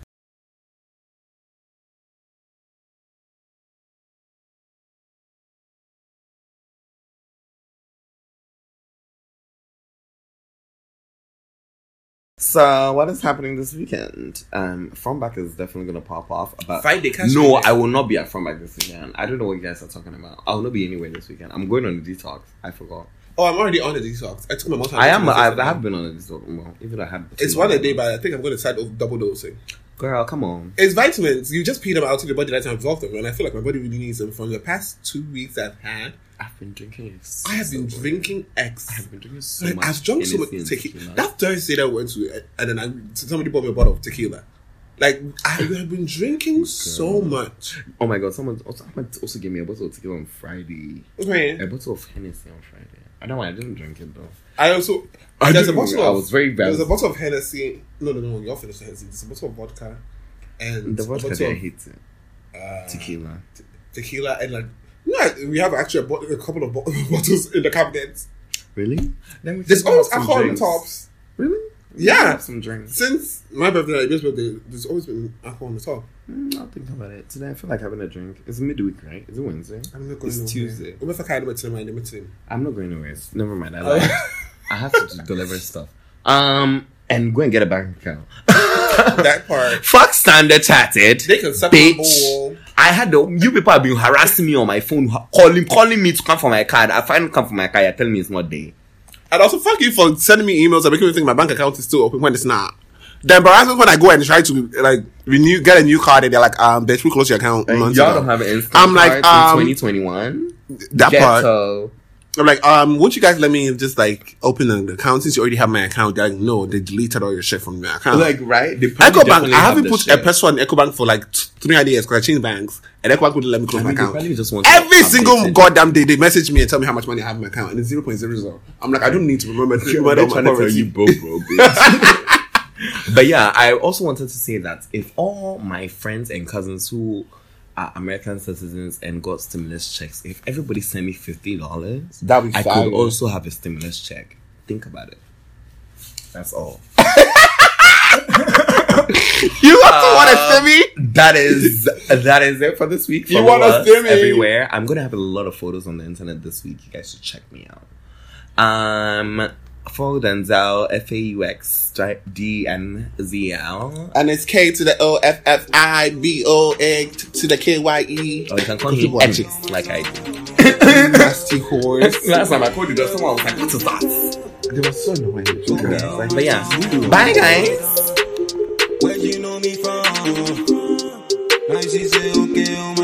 Speaker 4: So, what is happening this weekend? Um, Fromback is definitely gonna pop off. But
Speaker 5: Friday, cash
Speaker 4: no,
Speaker 5: Friday.
Speaker 4: I will not be at Fromback this weekend. I don't know what you guys are talking about. I will not be anywhere this weekend. I'm going on a detox. I forgot.
Speaker 5: Oh, I'm already on the detox. I took my mouth
Speaker 4: I am. I, I have been on a detox. Well, even I have.
Speaker 5: It's one a day, but I think I'm going to start over double dosing.
Speaker 4: Girl, come on.
Speaker 5: It's vitamins. You just pee them out to the body that absorb them, and I feel like my body really needs them. From the past two weeks I've had,
Speaker 4: I've been drinking. so-
Speaker 5: I have been drinking X.
Speaker 4: I've been drinking so
Speaker 5: Like,
Speaker 4: much.
Speaker 5: I've drunk so much
Speaker 4: Hennessy and
Speaker 5: tequila.
Speaker 4: tequila.
Speaker 5: That Thursday that I went to, uh, and then I somebody bought me a bottle of tequila. Like I have been drinking so much.
Speaker 4: Oh my god! Someone also, someone also gave me a bottle of tequila on Friday.
Speaker 5: Right.
Speaker 4: A bottle of Hennessy on Friday. I don't know. why I didn't drink it though.
Speaker 5: I also
Speaker 4: I
Speaker 5: there's a
Speaker 4: didn't-
Speaker 5: bottle
Speaker 4: I
Speaker 5: of
Speaker 4: was very bad.
Speaker 5: There's a bottle of Hennessy. No, no, no. You're finished the Hennessy. There's a bottle of vodka and
Speaker 4: The vodka
Speaker 5: a
Speaker 4: that
Speaker 5: bottle of
Speaker 4: I
Speaker 5: Ah. uh,
Speaker 4: hate it. tequila.
Speaker 5: tequila and like. No, we have actually a, bottle, a couple of bo- bottles in the cabinet.
Speaker 4: Really? Let me
Speaker 5: There's
Speaker 4: think about
Speaker 5: always
Speaker 4: some
Speaker 5: alcohol on
Speaker 4: drinks.
Speaker 5: tops.
Speaker 4: Really?
Speaker 5: Yeah.
Speaker 4: Have some drinks.
Speaker 5: Since my birthday, like this birthday, there's always been alcohol on the top.
Speaker 4: Mm, I'll think about it. Today I feel like having a drink. It's midweek, right? Is it Wednesday?
Speaker 5: I'm not going
Speaker 4: It's
Speaker 5: nowhere.
Speaker 4: Tuesday.
Speaker 5: I'm not fucking with him, I'm not with him.
Speaker 4: I'm not going nowhere. It's- Never mind. I lied. I have to do- deliver stuff. Um, and go and get a bank account.
Speaker 5: That part.
Speaker 4: Fuck standard chatted.
Speaker 5: They can suck my
Speaker 4: Bitch,
Speaker 5: ball.
Speaker 4: I had the you people have been harassing me on my phone, ha- calling calling me to come for my card. I finally come for my card. You're telling me it's not there.
Speaker 5: And also, fuck you for sending me emails and making me think my bank account is still open when it's not. The embarrassment when I go and try to like renew, get a new card, and they're like, um, bitch, we closed your account.
Speaker 4: And
Speaker 5: months
Speaker 4: y'all
Speaker 5: ago."
Speaker 4: don't have an instant
Speaker 5: I'm like,
Speaker 4: card
Speaker 5: um,
Speaker 4: since 2021.
Speaker 5: that part.
Speaker 4: Ghetto.
Speaker 5: I'm like, um, won't you guys let me just like open an account since you already have my account? They're like, no, they deleted all your shit from my account.
Speaker 4: Like right, they probably
Speaker 5: EcoBank,
Speaker 4: definitely
Speaker 5: I
Speaker 4: have
Speaker 5: haven't
Speaker 4: the
Speaker 5: put
Speaker 4: shit.
Speaker 5: a person on EcoBank for like t- three hundred years because I changed banks, and EcoBank wouldn't let me close
Speaker 4: I
Speaker 5: my
Speaker 4: mean, they
Speaker 5: account.
Speaker 4: probably just want to
Speaker 5: Every
Speaker 4: update
Speaker 5: single
Speaker 4: it.
Speaker 5: goddamn day, they message me and tell me how much money I have in my account, and it's zero point zero zero. I'm like, I don't need to remember. to remember
Speaker 7: They're
Speaker 5: all my
Speaker 7: trying to tell
Speaker 5: poverty.
Speaker 7: you broke, bro, bitch.
Speaker 4: But yeah, I also wanted to say that if all my friends and cousins who are American citizens and got stimulus checks, if everybody sent me fifty dollars,
Speaker 5: That'd be
Speaker 4: I
Speaker 5: fire.
Speaker 4: could also have a stimulus check. Think about it. That's all.
Speaker 5: You want to want to send me?
Speaker 4: That is that is it for this week.
Speaker 5: You
Speaker 4: Follow
Speaker 5: wanna
Speaker 4: us
Speaker 5: see me?
Speaker 4: everywhere. I'm gonna have a lot of photos on the internet this week. You guys should check me out. Um, follow Denzel F A U X D N Z L.
Speaker 5: And it's K to the O F F I B O A to the K Y E.
Speaker 4: Or Oh, you can call me Edges, like I do.
Speaker 5: Nasty horse.
Speaker 4: Last time I called you, that's someone was like, "What is that?"
Speaker 5: They were so annoying.
Speaker 4: 啊 But yeah, bye guys.
Speaker 1: Where you know me from? Now you see, say, okay, oh my